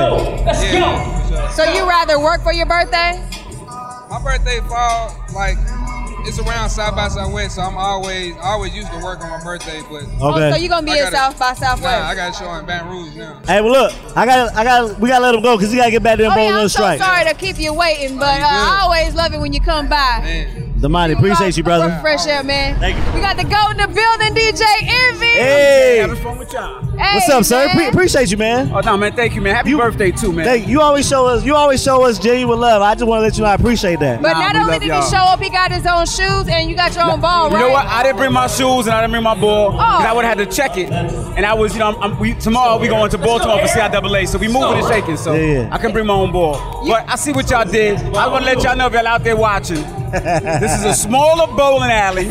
Speaker 9: yeah.
Speaker 3: So you rather work for your birthday?
Speaker 9: My birthday fall like it's around South by Southwest, so I'm always I always used to work on my birthday, but
Speaker 2: Okay.
Speaker 3: Oh, so you gonna be
Speaker 9: I
Speaker 3: in
Speaker 9: gotta-
Speaker 3: South by Southwest?
Speaker 9: Nah, I got a show in Baton Rouge now.
Speaker 2: Hey, well, look, I got, I got, we gotta let him go because he gotta get back there and
Speaker 3: Oh,
Speaker 2: bowl
Speaker 3: yeah,
Speaker 2: another
Speaker 3: I'm
Speaker 2: strike.
Speaker 3: so sorry to keep you waiting, but uh, I always love it when you come by.
Speaker 2: Damani, appreciate you, brother.
Speaker 3: Fresh air, man.
Speaker 2: Thank you.
Speaker 3: We got the goat in the building, DJ Envy.
Speaker 2: Hey. Having
Speaker 10: fun with y'all.
Speaker 3: Hey,
Speaker 2: What's up, sir?
Speaker 3: man.
Speaker 2: Pre- appreciate you, man.
Speaker 10: Oh no, man! Thank you, man. Happy birthday too, man.
Speaker 2: Thank you. Always show us. You always show us genuine love. I just want to let you know I appreciate that.
Speaker 3: But
Speaker 10: Nah,
Speaker 3: not
Speaker 10: we
Speaker 3: only
Speaker 10: love
Speaker 3: did he
Speaker 10: y'all.
Speaker 3: show up, he got his own shoes and you got your own ball,
Speaker 10: You
Speaker 3: right?
Speaker 10: know what? I didn't bring my shoes and I didn't bring my ball. 'cause I
Speaker 3: Oh.
Speaker 10: would have had to check it. And I was, you know, I'm, I'm, we, tomorrow we going to Baltimore for CIAA, so we moving and shaking. So
Speaker 2: Yeah, yeah.
Speaker 10: I can bring my own ball. But I see what y'all did. I want to let y'all know if y'all out there watching. this is a smaller bowling alley.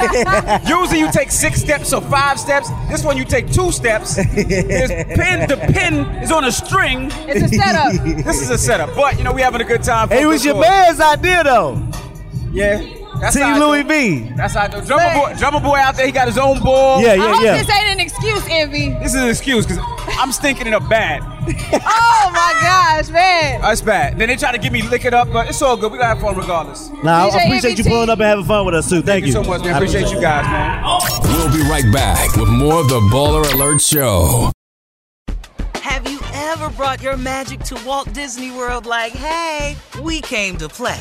Speaker 10: Usually you take six steps or five steps. This one you take two steps. There's pin. The pin is on a string.
Speaker 3: It's a setup.
Speaker 10: This is a setup. But you know we having a good time.
Speaker 2: It
Speaker 10: folks,
Speaker 2: was
Speaker 10: of
Speaker 2: your
Speaker 10: course.
Speaker 2: man's idea though.
Speaker 10: Yeah. That's how I
Speaker 2: Team
Speaker 10: do
Speaker 2: Louis
Speaker 10: it.
Speaker 2: V.
Speaker 10: That's how I do. it. Drummer boy, drummer boy out there, he got his own ball.
Speaker 2: Yeah,
Speaker 3: I
Speaker 2: yeah,
Speaker 3: hope
Speaker 2: yeah.
Speaker 3: this ain't an excuse, Envy.
Speaker 10: This is an excuse because I'm stinking it up bad.
Speaker 3: oh my gosh, man.
Speaker 10: That's bad. Then they try to get me liquored up, but it's all good. We gotta have fun regardless.
Speaker 2: Nah, I
Speaker 3: DJ
Speaker 2: appreciate you
Speaker 10: E
Speaker 3: EBT.
Speaker 2: pulling up and having fun with us too. Thank,
Speaker 10: Thank you so much, man. Appreciate you guys, man.
Speaker 11: We'll be right back with more of the Baller Alert Show.
Speaker 12: Have you ever brought your magic to Walt Disney World like, hey, we came to play?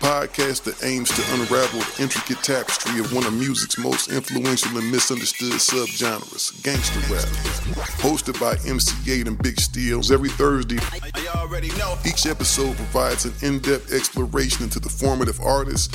Speaker 13: podcast that aims to unravel the intricate tapestry of one of music's most influential and misunderstood subgenres, gangster rap. Hosted by MC8 and Big Steels every Thursday, each episode provides an in depth exploration into the formative artists,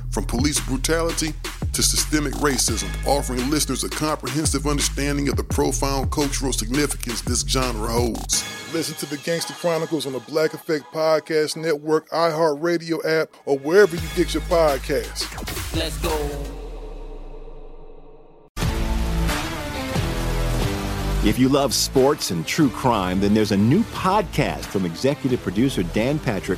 Speaker 13: from police brutality to systemic racism, offering listeners a comprehensive understanding of the profound cultural significance this genre holds. Listen to the Gangsta Chronicles on the Black Effect Podcast Network, iHeartRadio app, or wherever you get your podcasts.
Speaker 1: Let's go.
Speaker 14: If you love sports and true crime, then there's a new podcast from executive producer Dan Patrick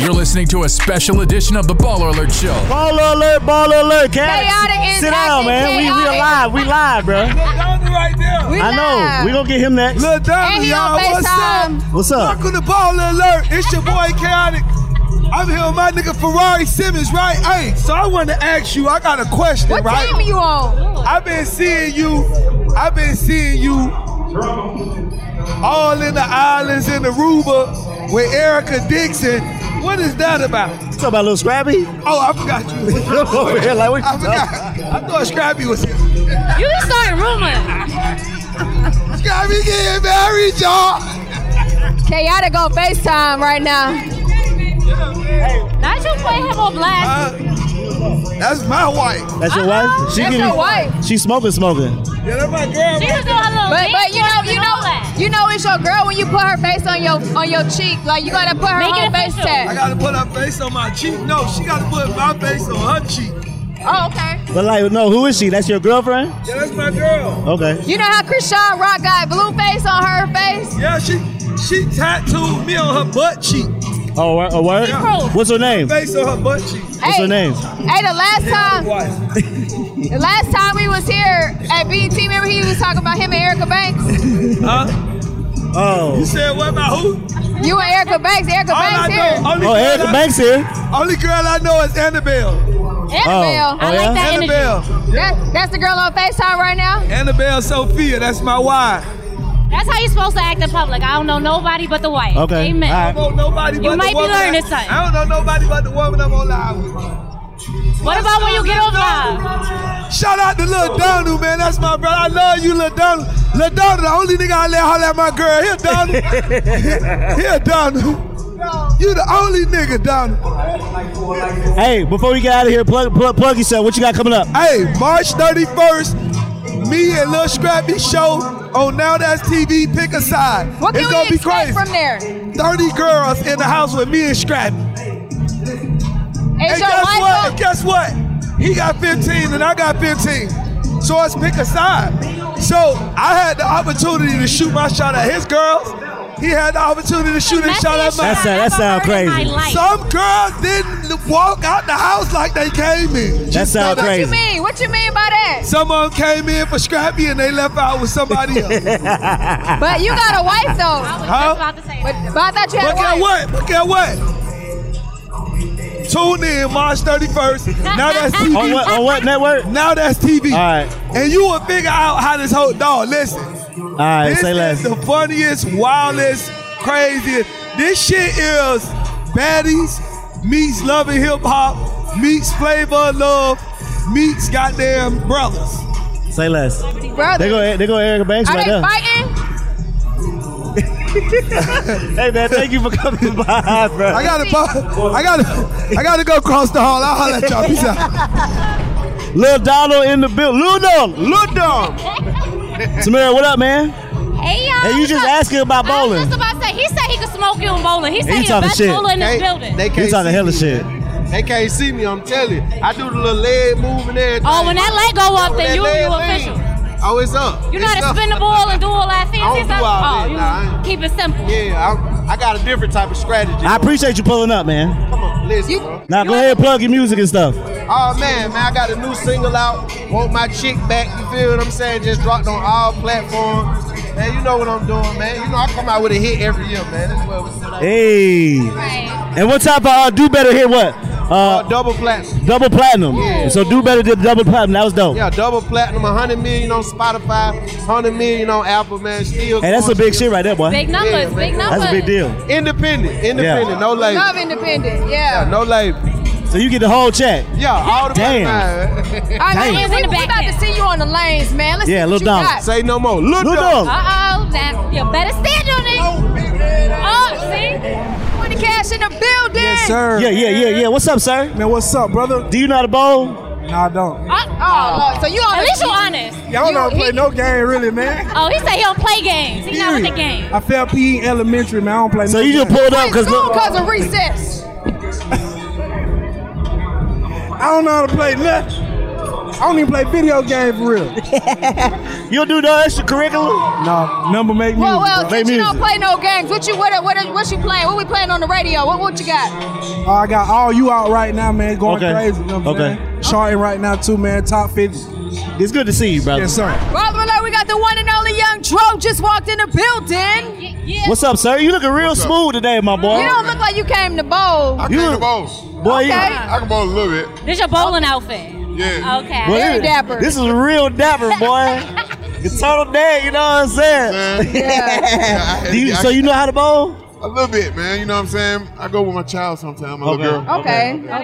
Speaker 11: You're listening to a special edition of the Baller Alert Show.
Speaker 2: Baller alert, baller alert, cat.
Speaker 11: Chaotic
Speaker 2: Sit
Speaker 11: is
Speaker 2: down,
Speaker 11: acting
Speaker 2: man. We, we
Speaker 11: chaotic.
Speaker 2: alive. We live, bro.
Speaker 7: right there.
Speaker 2: I know. We gonna get him next.
Speaker 7: Look down,
Speaker 2: And he
Speaker 7: y'all.
Speaker 2: on
Speaker 7: What's
Speaker 2: FaceTime.
Speaker 7: up?
Speaker 2: What's up?
Speaker 7: Welcome to Ball Alert. It's your boy Chaotic. I'm here with my nigga Ferrari Simmons, right? Hey, so I wanted to ask you. I got a question,
Speaker 3: What
Speaker 7: right?
Speaker 3: time you on?
Speaker 7: I've been seeing you. I've been seeing you all in the islands in Aruba with Erica Dixon. What is that about? You
Speaker 2: talking about little Scrappy?
Speaker 7: Oh, I forgot you.
Speaker 2: Over here, like, what you
Speaker 7: I forgot. I thought Scrappy was here. You
Speaker 6: just started rumoring.
Speaker 7: Scrappy getting married, y'all.
Speaker 3: Chaotic on FaceTime right now.
Speaker 6: Not you put him on blast.
Speaker 2: Uh,
Speaker 7: That's my wife.
Speaker 2: That's your wife?
Speaker 3: That's
Speaker 2: give
Speaker 3: your
Speaker 2: you-
Speaker 3: wife.
Speaker 2: She smoking, smoking.
Speaker 7: Yeah, that's my girl.
Speaker 6: She was doing a little
Speaker 3: But, but you know,
Speaker 6: dance
Speaker 3: you
Speaker 6: and all
Speaker 3: know,
Speaker 6: that.
Speaker 3: you know, it's your girl when you put her face on your on your cheek. Like you gotta put her
Speaker 6: Make it
Speaker 3: on face
Speaker 6: official.
Speaker 7: I
Speaker 3: tag.
Speaker 7: gotta put her face on my cheek. No, she gotta put my face on her cheek.
Speaker 3: Oh, okay.
Speaker 2: But like, no, who is she? That's your girlfriend?
Speaker 7: Yeah, that's my girl.
Speaker 2: Okay.
Speaker 3: You know how Krishan Rock got blue face on her face?
Speaker 7: Yeah, she she tattooed me on her butt cheek.
Speaker 2: Oh, a word? What's her name?
Speaker 7: Face on her butt cheek.
Speaker 2: What's her name?
Speaker 3: Hey, the last time, the last time we was here at BET, remember he was talking about him and Erica Banks.
Speaker 7: Huh?
Speaker 2: Oh.
Speaker 7: You said what about who?
Speaker 3: You and Erica Banks, Erica
Speaker 7: All I
Speaker 3: Banks here.
Speaker 7: know, only
Speaker 2: Oh,
Speaker 7: girl
Speaker 2: Erica
Speaker 7: I-
Speaker 2: Banks here.
Speaker 7: Only girl I know is Annabelle.
Speaker 3: Annabelle.
Speaker 2: Oh, I like yeah? that
Speaker 7: Annabelle.
Speaker 2: energy.
Speaker 3: That, that's the girl on FaceTime right now.
Speaker 7: Annabelle Sophia, that's my wife.
Speaker 6: That's how you're supposed to act in public. I don't know nobody but the wife.
Speaker 7: Okay.
Speaker 6: Amen.
Speaker 7: I don't know nobody but
Speaker 6: you
Speaker 7: the
Speaker 6: might be
Speaker 7: woman
Speaker 6: learning
Speaker 7: I-
Speaker 6: this time.
Speaker 7: I don't know nobody but the woman I'm on live with.
Speaker 6: What about when you get on live?
Speaker 7: Shout out to Lil Donald, man. That's my brother. I love you, Lil Donald. Lil Donald, the only nigga I let holler at my girl. Here, Donald. Here, Donald. You the only nigga, Donald.
Speaker 2: Hey, before we get out of here, plug, plug, plug yourself. What you got coming up?
Speaker 7: Hey, March 31st, me and Lil Scrappy show on Now That's TV, pick a side.
Speaker 3: What
Speaker 7: it's
Speaker 3: can
Speaker 7: gonna
Speaker 3: we
Speaker 7: be crazy.
Speaker 3: expect from there?
Speaker 7: 30 girls in the house with me and Scrappy.
Speaker 3: Is
Speaker 7: and
Speaker 3: your
Speaker 7: guess
Speaker 3: wife
Speaker 7: what?
Speaker 3: up?
Speaker 7: And guess what? He got 15 and I got 15. So let's pick a side. So I had the opportunity to shoot my shot at his girls. He had the opportunity to shoot his shot at mine.
Speaker 2: That's that. That sound crazy.
Speaker 7: Some girls didn't walk out the house like they came in.
Speaker 2: That sound
Speaker 3: What you
Speaker 2: crazy.
Speaker 3: mean? What you mean by that?
Speaker 7: Some of them came in for Scrappy and they left out with somebody else.
Speaker 3: But you got a wife though.
Speaker 7: Huh?
Speaker 3: about to say But, but I thought you
Speaker 7: But
Speaker 3: had a
Speaker 7: guess what?
Speaker 3: wife.
Speaker 7: But guess what? Tune in March 31st. Now that's TV.
Speaker 2: On what- on what network?
Speaker 7: Now that's TV. All
Speaker 2: right.
Speaker 7: And you will figure out how this whole dog. Listen.
Speaker 2: All right,
Speaker 7: this
Speaker 2: say
Speaker 7: is
Speaker 2: less.
Speaker 7: the funniest, wildest, craziest. This shit is baddies meets love and hip hop meets flavor of love meets goddamn brothers.
Speaker 2: Say less.
Speaker 3: Brother.
Speaker 2: They go, they go Erica Banks
Speaker 3: Are
Speaker 2: right
Speaker 3: they
Speaker 2: there.
Speaker 3: fighting?
Speaker 2: Hey man, thank you for coming by, bro.
Speaker 7: I gotta, bu- I gotta, I gotta go cross the hall. I'll holler at y'all. Peace out.
Speaker 2: Lil Donald in the building. Lil Donald. Lil
Speaker 7: Donald.
Speaker 2: Samira, what up, man?
Speaker 6: Hey y'all.
Speaker 2: Hey, you
Speaker 6: what's
Speaker 2: just
Speaker 6: up?
Speaker 2: asking about
Speaker 6: I was
Speaker 2: bowling.
Speaker 6: just about to say, he said he could smoke you in bowling. He said
Speaker 2: He
Speaker 6: he's the
Speaker 2: talking
Speaker 6: best
Speaker 2: shit.
Speaker 6: bowler in this
Speaker 2: Hey,
Speaker 6: building.
Speaker 2: They you talking hella shit.
Speaker 8: They can't see me, I'm telling you. I do the little leg move and everything.
Speaker 6: Oh, when that leg go up,
Speaker 8: When
Speaker 6: then
Speaker 8: that
Speaker 6: you-
Speaker 8: leg
Speaker 6: you
Speaker 8: lean. Oh, it's up.
Speaker 6: You know
Speaker 8: It's
Speaker 6: how
Speaker 8: up.
Speaker 6: to spin the ball and do all that fancy
Speaker 8: I don't
Speaker 6: stuff?
Speaker 8: do all
Speaker 6: oh,
Speaker 8: that,
Speaker 6: you
Speaker 8: nah, I ain't-
Speaker 6: keep it simple.
Speaker 8: Yeah, I, I got a different type of strategy.
Speaker 2: I appreciate you pulling up, man.
Speaker 8: Come on, listen, bro.
Speaker 2: Now go ahead, plug your music and stuff.
Speaker 8: Oh man, man, I got a new single out. Want my chick back? You feel what I'm saying? Just dropped on all platforms. Man, you know what I'm doing, man. You know I come out with a hit every year, man. That's where we sit up.
Speaker 2: Hey. And what type of uh, do better hit? What? Uh,
Speaker 8: double platinum.
Speaker 2: Double platinum. So do better did double platinum. That was dope.
Speaker 8: Yeah, double platinum, 100 million on Spotify, 100 million on Apple, man. Still.
Speaker 2: Hey, that's a big shit right there, boy.
Speaker 15: Big
Speaker 8: man.
Speaker 15: numbers, big numbers.
Speaker 2: That's a big deal.
Speaker 8: Independent, independent, no label.
Speaker 3: Love independent,
Speaker 8: Yeah,
Speaker 3: yeah.
Speaker 8: no label.
Speaker 2: So you get the whole check.
Speaker 8: Yeah, all the
Speaker 2: Damn.
Speaker 8: Damn.
Speaker 3: I
Speaker 2: Damn.
Speaker 3: mean, we, we, we about to see you on the lanes, man. Let's
Speaker 2: Yeah,
Speaker 3: see
Speaker 2: Lil
Speaker 3: what you
Speaker 2: Dom.
Speaker 3: got.
Speaker 8: Say no more. Lil
Speaker 2: Lil Dom.
Speaker 3: Uh-oh, that, you better stand on it. Oh, see? Money cash in the building. Yes,
Speaker 2: Yeah, yeah, yeah, yeah. What's up, sir?
Speaker 7: Man, what's up, brother?
Speaker 2: Do you know how to bowl?
Speaker 7: No, I don't.
Speaker 3: oh, Lord. So you on
Speaker 15: At
Speaker 3: the-
Speaker 15: least you honest.
Speaker 7: Y'all
Speaker 15: You-
Speaker 7: don't play
Speaker 15: he-
Speaker 7: no game, really, man.
Speaker 15: Oh, he said he don't play games. He's not with the game.
Speaker 7: I failed PE elementary, man. I don't play.
Speaker 2: So
Speaker 7: no
Speaker 2: you just
Speaker 7: game.
Speaker 2: pulled up because
Speaker 3: School cause of recess.
Speaker 7: I don't know how to play nothing. I don't even play video game for real.
Speaker 2: you do no extracurricular?
Speaker 7: No, number make music.
Speaker 3: Well, well,
Speaker 7: bro.
Speaker 3: since you don't play no games, what you what what what you playing? What we playing on the radio? What what you got?
Speaker 7: Oh, I got all you out right now, man. Going
Speaker 2: Okay.
Speaker 7: crazy. You know what
Speaker 2: Okay.
Speaker 7: I'm saying? Charting right now too, man. Top 50.
Speaker 2: It's good to see you, brother.
Speaker 7: Yes, sir.
Speaker 3: Brother Alert, we got the one and only Young Dro just walked in the building.
Speaker 2: What's up, sir? You looking real smooth today, my boy.
Speaker 3: You don't look like you came to bowl.
Speaker 2: You look- Boy, you-
Speaker 16: I can bowl a little bit.
Speaker 15: This your bowling outfit.
Speaker 16: Yeah.
Speaker 15: Okay.
Speaker 2: Boy, you- This is real dapper, boy. it's total dad, you know what I'm saying?
Speaker 16: Yeah.
Speaker 2: Do you- so you know how to bowl?
Speaker 16: A little bit, man. You know what I'm saying? I go with my child sometimes, my little
Speaker 2: Okay.
Speaker 16: girl.
Speaker 3: Okay,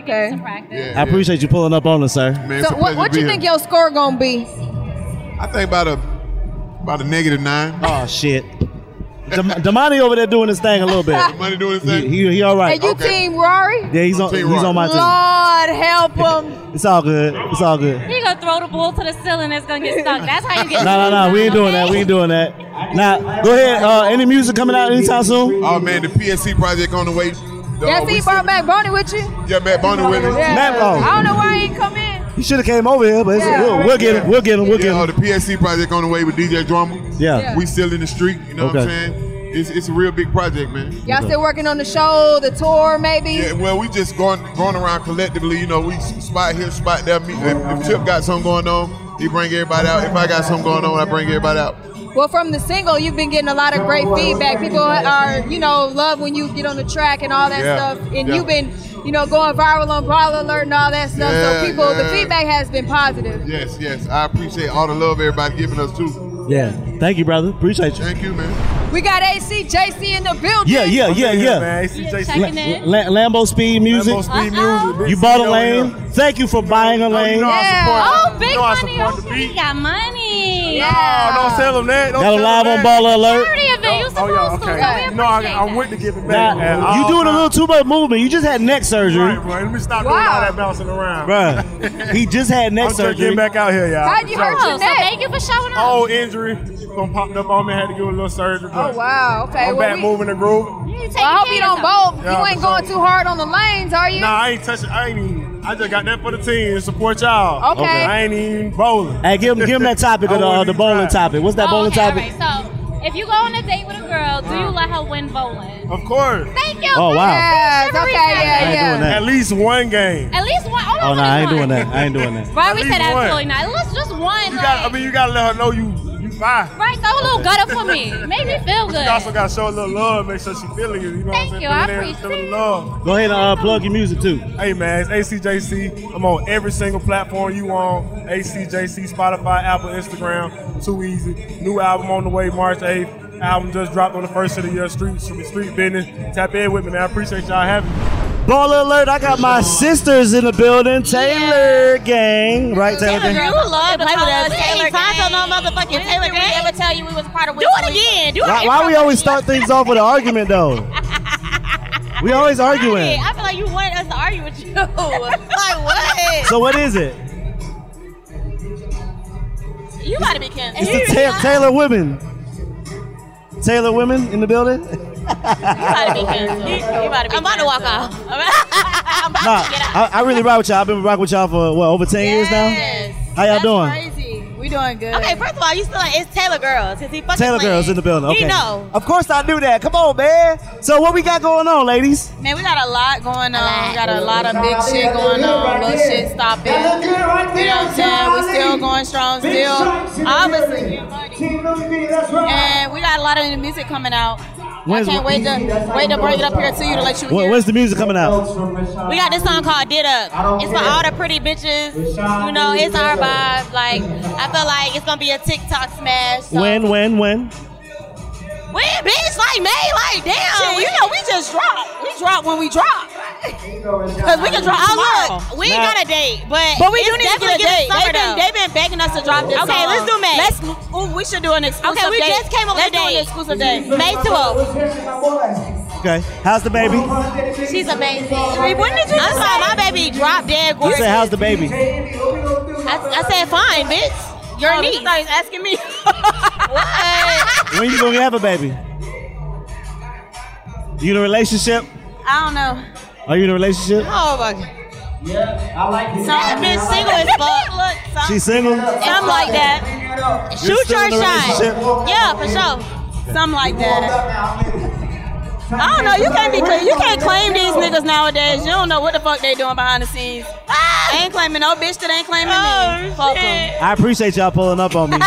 Speaker 3: okay.
Speaker 2: I appreciate you pulling up on us, sir.
Speaker 16: Man,
Speaker 3: So what what you think your score gonna be?
Speaker 16: I think about a about a negative nine.
Speaker 2: Oh shit. Dem- Damani over there doing his thing a little bit.
Speaker 16: Damani doing his thing.
Speaker 2: He, he, he all right.
Speaker 3: And you team Rory?
Speaker 2: Yeah, he's on. He's on my team.
Speaker 3: Lord help him.
Speaker 2: It's all good. It's all good.
Speaker 15: He gonna throw the ball to the ceiling. It's gonna get stuck. That's how you
Speaker 2: No,
Speaker 15: get.
Speaker 2: no, no. We ain't doing that. We ain't doing that. Now, go ahead. Uh, any music coming out anytime soon?
Speaker 16: Oh man, the PSC project on the way. The, uh,
Speaker 3: Yes,
Speaker 16: we
Speaker 3: he brought back Bonnie with you.
Speaker 16: Yeah, Matt Bonner with us.
Speaker 3: Yeah.
Speaker 2: Matt Bonner.
Speaker 3: I don't know why he ain't come in.
Speaker 2: He should have came over here, but it's,
Speaker 3: Yeah.
Speaker 2: we'll, we'll get him. We'll get him. We'll get
Speaker 16: Yeah,
Speaker 2: him.
Speaker 16: oh, the PSC project on the way with DJ Drama.
Speaker 2: Yeah. Yeah.
Speaker 16: We still in the street, you know what I'm
Speaker 2: Okay.
Speaker 16: saying? It's, it's a real big project, man.
Speaker 3: Y'all still working on the show, the tour, maybe?
Speaker 16: Yeah, well, we just going going around collectively. You know, we spot here, spot there. Me- If, if Chip got something going on, he bring everybody out. If I got something going on, I bring everybody out.
Speaker 3: Well, from the single, you've been getting a lot of great feedback. People are, you know, love when you get on the track and all that
Speaker 16: Yeah,
Speaker 3: stuff. And
Speaker 16: yeah.
Speaker 3: you've been, you know, going viral on Baller Alert and all that stuff.
Speaker 16: Yeah,
Speaker 3: so people, the
Speaker 16: yeah.
Speaker 3: feedback has been positive.
Speaker 16: Yes, yes, I appreciate all the love everybody giving us too.
Speaker 2: Yeah. Thank you, brother. Appreciate you.
Speaker 16: Thank you, man.
Speaker 3: We got AC JC in the building.
Speaker 2: Yeah, yeah, yeah, yeah.
Speaker 3: checking in.
Speaker 2: La- La- Lambo Speed Music.
Speaker 3: Lambo Speed Uh-oh. Music,
Speaker 2: You
Speaker 3: bitch.
Speaker 2: bought a
Speaker 3: Yo,
Speaker 2: lane. Thank you for buying a lane.
Speaker 15: Oh, big
Speaker 17: No, I
Speaker 15: money.
Speaker 17: support
Speaker 15: Oh,
Speaker 17: the
Speaker 15: shit, he got money.
Speaker 17: No, don't sell them that. Don't
Speaker 2: Got a
Speaker 17: sell
Speaker 2: live
Speaker 17: them
Speaker 2: on
Speaker 17: that.
Speaker 2: Baller Alert.
Speaker 15: Charity event. You
Speaker 17: Oh,
Speaker 15: supposed
Speaker 17: yeah,
Speaker 15: to. So we
Speaker 17: okay. No, I, I'm with to give it back. at
Speaker 2: Now, you
Speaker 17: all
Speaker 2: doing a
Speaker 17: times.
Speaker 2: little too much movement. You just had neck surgery.
Speaker 17: Right, right. Let me stop doing all that bouncing around.
Speaker 2: Bruh, he just had neck
Speaker 17: I'm just
Speaker 2: surgery.
Speaker 17: getting back out here, y'all.
Speaker 3: How'd you hurt your neck? thank
Speaker 15: you for showing
Speaker 17: Oh, injury. Gonna popped up on me. Had to do a little surgery.
Speaker 3: Oh, wow. Okay.
Speaker 17: I'm
Speaker 3: well,
Speaker 17: back
Speaker 3: we-
Speaker 17: moving the groove.
Speaker 3: well, I hope you don't bowl.
Speaker 17: Yeah,
Speaker 3: you ain't going too hard on the lanes, are you?
Speaker 17: Nah, I ain't touching. I ain't even. I just got that for the team to support y'all.
Speaker 3: Okay. Okay.
Speaker 17: I ain't even bowling.
Speaker 2: Hey, give him give him that topic of the, uh, the bowling topic. What's that
Speaker 15: oh,
Speaker 2: bowling
Speaker 15: okay,
Speaker 2: topic?
Speaker 15: All right. So, if you go on a date with a girl, do you let her win bowling?
Speaker 17: Of course.
Speaker 15: Thank you.
Speaker 2: Oh, wow.
Speaker 15: Yes,
Speaker 3: Yes, okay, yeah,
Speaker 2: ain't yeah. doing that.
Speaker 17: At least one game.
Speaker 15: At least one. Oh, no,
Speaker 2: Oh no, I ain't
Speaker 15: one.
Speaker 2: doing that. I ain't doing that.
Speaker 15: Right,
Speaker 17: At
Speaker 15: we
Speaker 17: least
Speaker 15: said
Speaker 17: one.
Speaker 15: absolutely not. Let's just one.
Speaker 17: You
Speaker 15: like,
Speaker 17: got. I mean, you gotta let her know you you fine.
Speaker 15: right, throw a little gutter for me. Make me feel
Speaker 17: But
Speaker 15: good.
Speaker 17: you also gotta show a little love, make sure she feeling you. You know
Speaker 15: Thank
Speaker 17: what I'm saying?
Speaker 15: you,
Speaker 17: Feeling
Speaker 15: I
Speaker 17: that-
Speaker 15: appreciate
Speaker 17: feeling the love.
Speaker 2: Go ahead and uh, plug your music too.
Speaker 17: Hey man, it's ACJC. I'm on every single platform you on. ACJC, Spotify, Apple, Instagram. Too easy. New album on the way, March 8th. Album just dropped on the first of the year. Street street business. Tap in with me, man. I appreciate y'all having me.
Speaker 2: Baller alert! I got my sisters in the building. Taylor gang, right? Taylor
Speaker 18: Taylor,
Speaker 2: gang.
Speaker 18: you love to
Speaker 15: Play
Speaker 18: play
Speaker 15: with
Speaker 18: with
Speaker 15: us,
Speaker 18: us.
Speaker 15: Taylor
Speaker 18: Ain't trying to
Speaker 15: Gang.
Speaker 18: no motherfucking Taylor
Speaker 15: did we
Speaker 18: Gang.
Speaker 15: ever tell you we was part of
Speaker 18: Do
Speaker 15: Wiz
Speaker 18: it
Speaker 15: Khalifa?
Speaker 18: again. Do
Speaker 2: Why,
Speaker 18: it.
Speaker 2: why we always start things off with an argument though? We always arguing.
Speaker 18: I feel like you wanted us to argue with you. like what?
Speaker 2: So what is it?
Speaker 18: You gotta be kidding.
Speaker 2: It's the ta- Taylor women. Taylor women in the building.
Speaker 18: You gotta be kidding. You, you gotta be I'm about to walk off. I'm about
Speaker 2: Nah,
Speaker 18: to get out.
Speaker 2: I, I really ride with y'all. I've been rocking with y'all for what over ten years
Speaker 18: Yes.
Speaker 2: now. How y'all
Speaker 18: That's
Speaker 2: doing?
Speaker 18: Crazy.
Speaker 3: We doing good.
Speaker 18: Okay, first of all, you still like it's Taylor girls. Is he fucking
Speaker 2: Taylor
Speaker 18: playing?
Speaker 2: girls in the building. Okay.
Speaker 18: He know.
Speaker 2: Of course I knew that. Come on, man. So what we got going on, ladies?
Speaker 18: Man, we got a lot going on. We got a lot of
Speaker 3: big shit going on, little shit
Speaker 18: stopping. You know what I'm saying? We're still going strong, still. Obviously, And we got a lot of new music coming out.
Speaker 2: When's-
Speaker 18: I can't wait to wait to bring it up here to you to let you
Speaker 2: When-
Speaker 18: hear.
Speaker 2: when's the music coming out?
Speaker 18: We got this song called "Did Up." It's for all the pretty bitches. You know, it's our vibe. Like I feel like it's gonna be a TikTok smash. So.
Speaker 2: When, when, when?
Speaker 18: When, bitch, like May, like damn. you know, we just drop. We drop when we drop. Cause we can drop
Speaker 19: Oh,
Speaker 18: tomorrow.
Speaker 19: look,
Speaker 18: we ain't
Speaker 19: Now-
Speaker 18: got a date, but
Speaker 19: But we do
Speaker 18: it's
Speaker 19: need to get
Speaker 18: definitely
Speaker 19: a date.
Speaker 18: getting summer
Speaker 19: They been-
Speaker 18: though. they been begging us to drop this.
Speaker 19: Okay,
Speaker 18: song.
Speaker 19: let's do May.
Speaker 18: Let's. Ooh, we should do an exclusive.
Speaker 19: Okay, we
Speaker 18: date.
Speaker 19: just came up with
Speaker 18: let's
Speaker 19: a date.
Speaker 18: do an exclusive date. May 12th.
Speaker 2: Okay. How's the baby?
Speaker 18: She's amazing. When did you? I saw my baby drop dead
Speaker 2: You
Speaker 18: gorgeous.
Speaker 2: said, how's the baby?
Speaker 18: I, I said, fine, bitch. Your oh, niece. asking me. what?
Speaker 2: When you gonna have a baby? You in a relationship?
Speaker 18: I don't know.
Speaker 2: Are you in a relationship?
Speaker 18: Oh my god. Yeah, I like it. So I've been single as fuck. Look, some,
Speaker 2: She's single?
Speaker 18: something like that.
Speaker 2: You're
Speaker 18: Shoot
Speaker 2: still
Speaker 18: your
Speaker 2: in a
Speaker 18: shot.
Speaker 2: relationship?
Speaker 18: Yeah, for sure. Something like that. I don't know. You can't be. cla- You can't claim these niggas nowadays. You don't know what the fuck they doing behind the scenes. They ain't claiming no bitch that ain't claiming me. Fuck 'em.
Speaker 2: I appreciate y'all pulling up on me.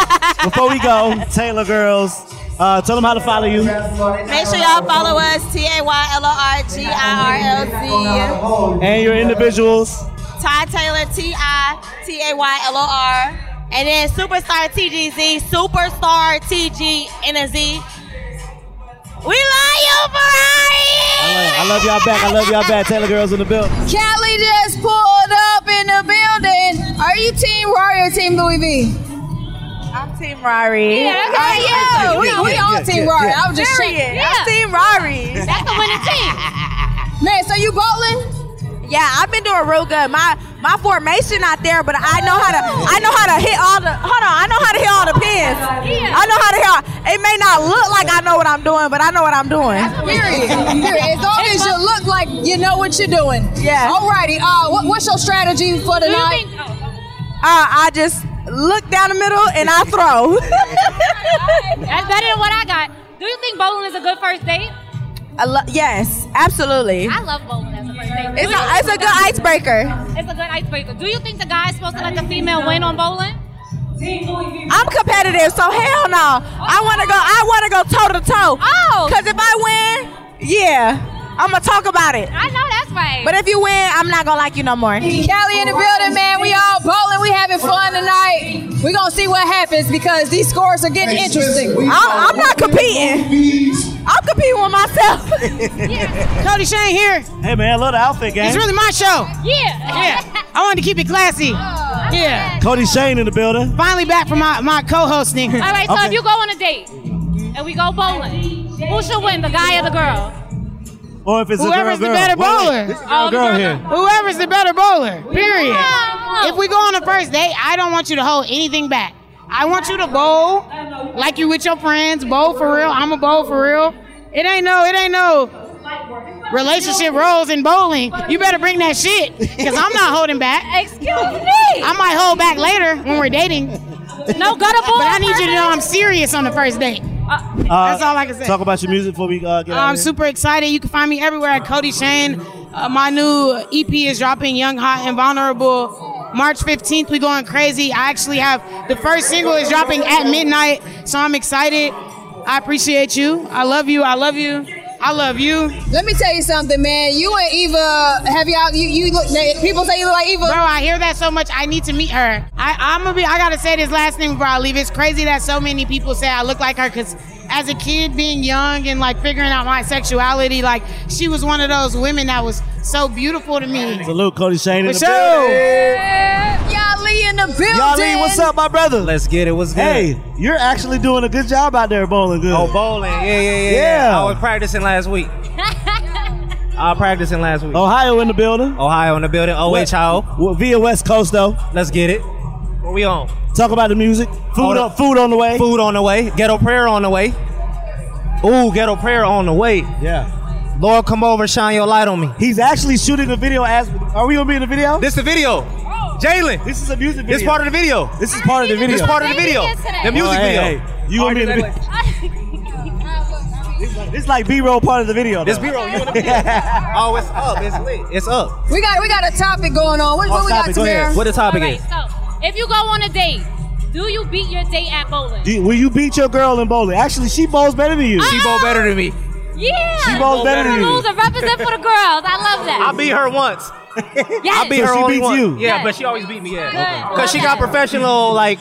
Speaker 2: Before we go, Taylor girls, uh, tell them how to follow you.
Speaker 18: Make sure y'all follow us. T A Y L O R G I R L Z.
Speaker 2: And your individuals.
Speaker 18: Ty Taylor, T I T A Y L O R. And then Superstar TGZ, Superstar TG and a Z. We love you, Ferrari!
Speaker 2: I love y'all back. I love y'all back. Taylor girls in the build.
Speaker 3: Cali just pulled up in the building. Are you Team Rory or Team Louis V? I'm Team Rory. Yeah, okay,
Speaker 19: Yeah,
Speaker 3: yeah.
Speaker 19: yeah,
Speaker 3: We,
Speaker 19: yeah,
Speaker 3: we
Speaker 19: yeah,
Speaker 3: all
Speaker 19: yeah,
Speaker 3: Team
Speaker 19: yeah,
Speaker 3: Rory.
Speaker 19: yeah.
Speaker 3: I was just
Speaker 19: Period.
Speaker 3: checking.
Speaker 19: Yeah.
Speaker 3: I'm Team Rory. That's the winning team. Man, so you bowling?
Speaker 19: Yeah, I've been doing real good. My my formation not there, but I know how to I know how to hit all the hold on, I know how to hit all the pins.
Speaker 3: Yeah.
Speaker 19: I know how to hit all, it may not look like I know what I'm doing, but I know what I'm doing.
Speaker 3: Period. Period. As long as you look like you know what you're doing. Yeah. oh, Alrighty. Uh, what, what's your strategy for
Speaker 19: Do you
Speaker 3: tonight?
Speaker 19: think- Uh, I just look down the middle and I throw.
Speaker 15: That's better than what I got. Do you think bowling is a good first date?
Speaker 19: I lo- yes, absolutely.
Speaker 15: I love bowling as a first date.
Speaker 19: It's
Speaker 15: Do
Speaker 19: a-
Speaker 15: you-
Speaker 19: it's a good icebreaker.
Speaker 15: It's a good icebreaker. Do you think the guy is supposed to let the female win on bowling?
Speaker 19: I'm competitive, so hell no. I want to go. I want to go toe to toe. Oh, because if I win, yeah, I'm gonna talk about it.
Speaker 15: I know that's right.
Speaker 19: But if you win, I'm not gonna like you no more.
Speaker 3: Kelly in the building, man. We all bowling. We having fun tonight. We gonna see what happens because these scores are getting interesting.
Speaker 19: I'm, I'm not competing. I'm competing with myself.
Speaker 20: Cody Shane here.
Speaker 2: Hey man, love the outfit, gang.
Speaker 20: It's really my show. Yeah. Yeah. I wanted to keep it classy. Yeah.
Speaker 2: Cody Shane in the building.
Speaker 20: Finally back from my, my co-hosting.
Speaker 15: All right, so if you go on a date and we go bowling, who should win, the guy or the girl?
Speaker 2: Or if it's
Speaker 20: Whoever's
Speaker 2: a girl,
Speaker 20: the better
Speaker 2: girl. Wait,
Speaker 20: bowler.
Speaker 2: wait, this is a girl here.
Speaker 20: Whoever's the better bowler. Period. If we go on a first date, I don't want you to hold anything back. I want you to bowl like you with your friends. Bowl for real. I'm a bowl for real. It ain't no. It ain't no. Relationship roles in bowling. You better bring that shit because I'm not holding back.
Speaker 15: Excuse me.
Speaker 20: I might hold back later when we're dating. No gutter ball. But I need you to know I'm serious on the first date.
Speaker 2: Uh,
Speaker 20: That's all I can say.
Speaker 2: Talk about your music before we uh, get out
Speaker 20: I'm
Speaker 2: of here.
Speaker 20: super excited. You can find me everywhere at Cody Shane. Uh, my new EP is dropping, Young, Hot, and Vulnerable. March 15th, we going crazy. I actually have the first single is dropping at midnight, so I'm excited. I appreciate you. I love you. I love you. I love you.
Speaker 3: Let me tell you something, man. You and Eva, have y'all? You, you look. they- People say you look like Eva.
Speaker 20: Bro, I hear that so much. I need to meet her. I, I'm gonna be. I gotta say this last name before I leave. It's crazy that so many people say I look like her because as a kid, being young and like figuring out my sexuality, like she was one of those women that was so beautiful to me.
Speaker 2: Salute, Cody Shane in
Speaker 20: For
Speaker 2: the
Speaker 20: sure.
Speaker 2: building.
Speaker 3: Yali in the building.
Speaker 2: Yali, what's up, my brother? Let's
Speaker 21: get it. What's good?
Speaker 2: Hey, you're actually doing a good job out there bowling good.
Speaker 21: Oh, bowling. Yeah, yeah, yeah.
Speaker 2: Yeah.
Speaker 21: yeah. I was practicing last week. I was practicing last week.
Speaker 2: Ohio in the building.
Speaker 21: Ohio in the building. OHO.
Speaker 2: Well, via West Coast though.
Speaker 21: Let's get it. What we on?
Speaker 2: Talk about the music. Food
Speaker 21: Hold
Speaker 2: on, food on the way.
Speaker 21: Food on the way. Ghetto prayer on the way. Ooh, ghetto prayer on the way.
Speaker 2: Yeah.
Speaker 21: Lord, come over and shine your light on me.
Speaker 2: He's actually shooting a video as. Are we gonna be in the video?
Speaker 21: This the video. Jalen.
Speaker 2: This is a music
Speaker 21: This
Speaker 2: video.
Speaker 21: part of the video.
Speaker 2: This is part of the video.
Speaker 21: This part of the video. The music
Speaker 2: Oh, hey,
Speaker 21: video.
Speaker 2: hey, You gonna be in the video? This like B-roll part of the video.
Speaker 21: This B-roll. You in the video. oh, it's up. It's lit. It's up.
Speaker 17: Oh,
Speaker 3: We got we got a topic going on. What, what we got, Tamara?
Speaker 21: What the topic
Speaker 15: All right,
Speaker 21: is?
Speaker 15: so if you go on a date Do you beat your date at bowling?
Speaker 2: Do you- will you beat your girl in bowling? Actually, she bowls better than you.
Speaker 15: She bowl
Speaker 21: better than me.
Speaker 15: Yeah.
Speaker 2: She bowls better than
Speaker 15: Winner,
Speaker 2: you.
Speaker 15: loser, represent for the girls. I love that.
Speaker 21: I beat her once.
Speaker 15: Yes.
Speaker 21: I beat
Speaker 15: So
Speaker 21: her
Speaker 15: she
Speaker 21: only
Speaker 15: beats
Speaker 21: once.
Speaker 15: you.
Speaker 21: Yeah,
Speaker 15: Good.
Speaker 21: but she always beat me. Yeah,
Speaker 15: Good.
Speaker 21: because she got professional like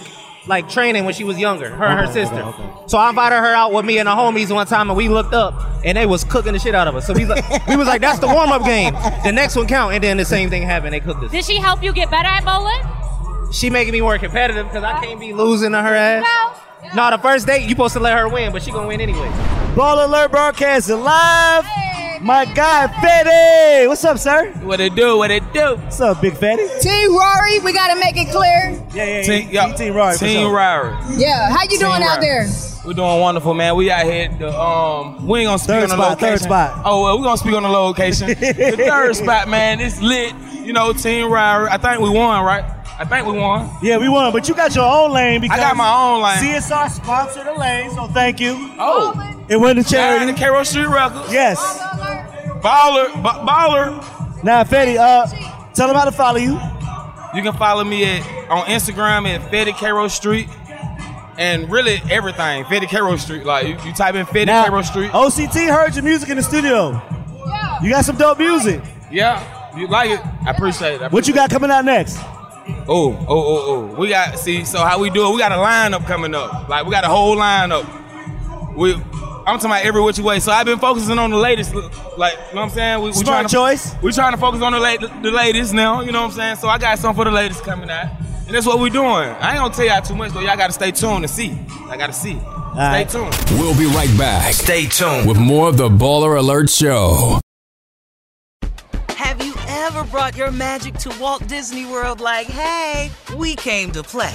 Speaker 21: like training when she was younger. Her and her sister. So I invited her out with me and the homies one time, and we looked up, and they was cooking the shit out of us. So we like, we was like, that's the warm up game. The next one count, and then the same thing happened. They cooked us.
Speaker 15: Did she help you get better at bowling?
Speaker 21: She making me more competitive because I can't be losing to her ass. No, the first date you supposed to let her win, but she gonna win anyway.
Speaker 2: Ball Alert broadcast live. My guy Fetty, what's up, sir?
Speaker 22: What it do? What it do?
Speaker 2: What's up, Big Fetty?
Speaker 3: Team Rory, we gotta make it clear.
Speaker 2: Yeah,
Speaker 22: Team, yeah, team Ryrie.
Speaker 2: for
Speaker 22: Team
Speaker 2: sure.
Speaker 22: Ryrie.
Speaker 3: Yeah, how you
Speaker 22: Team
Speaker 3: doing
Speaker 22: Ryrie.
Speaker 3: out there?
Speaker 22: We're doing wonderful, man. We out here. at The, um, we ain't gonna speak
Speaker 2: Third
Speaker 22: on the
Speaker 2: spot, third
Speaker 22: location.
Speaker 2: spot.
Speaker 22: Oh well, we gonna speak on the location. the third spot, man. It's lit. You know, Team Ryrie. I think we won, right? I think we won.
Speaker 2: Yeah, we won, but you got your own lane because
Speaker 22: got my own lane.
Speaker 2: CSR sponsored the lane, so thank you.
Speaker 22: Oh,
Speaker 2: it went to charity.
Speaker 22: the Cairo Street Records.
Speaker 2: Yes.
Speaker 22: Baller, ba- baller.
Speaker 2: Now, Fetty, uh, tell them how to follow you.
Speaker 22: You can follow me at on Instagram at Fetty Cairo Street, and really everything Fetty Cairo Street. Like you, you type in Fetty
Speaker 2: Now,
Speaker 22: Cairo Street.
Speaker 2: OCT heard your music in the studio. You got some dope music.
Speaker 22: Yeah, you like it. I appreciate it. I
Speaker 2: What you got coming out next?
Speaker 22: Oh, oh, oh, oh. We got see. So how we do it? We got a lineup coming up. Like we got a whole lineup. We, I'm talking about every which way. So I've been focusing on the latest. Like, you know what I'm saying? We, we
Speaker 2: Smart
Speaker 22: trying to,
Speaker 2: choice.
Speaker 22: We trying to focus on the late, the latest now. You know what I'm saying? So I got something for the latest coming out, and that's what we doing. I ain't gonna tell y'all too much though. Y'all gotta stay tuned to see. I gotta see.
Speaker 11: right.
Speaker 22: Stay tuned.
Speaker 11: We'll be right back. Stay tuned with more of the Baller Alert Show.
Speaker 12: Have you ever brought your magic to Walt Disney World like, hey, we came to play?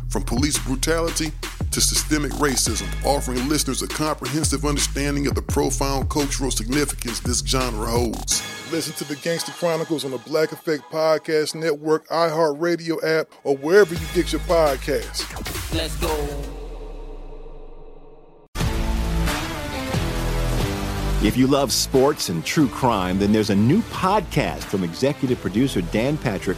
Speaker 13: from police brutality to systemic racism, offering listeners a comprehensive understanding of the profound cultural significance this genre holds. Listen to the Gangster Chronicles on the Black Effect Podcast Network, iHeartRadio app, or wherever you get your podcasts.
Speaker 22: Let's go.
Speaker 14: If you love sports and true crime, then there's a new podcast from executive producer Dan Patrick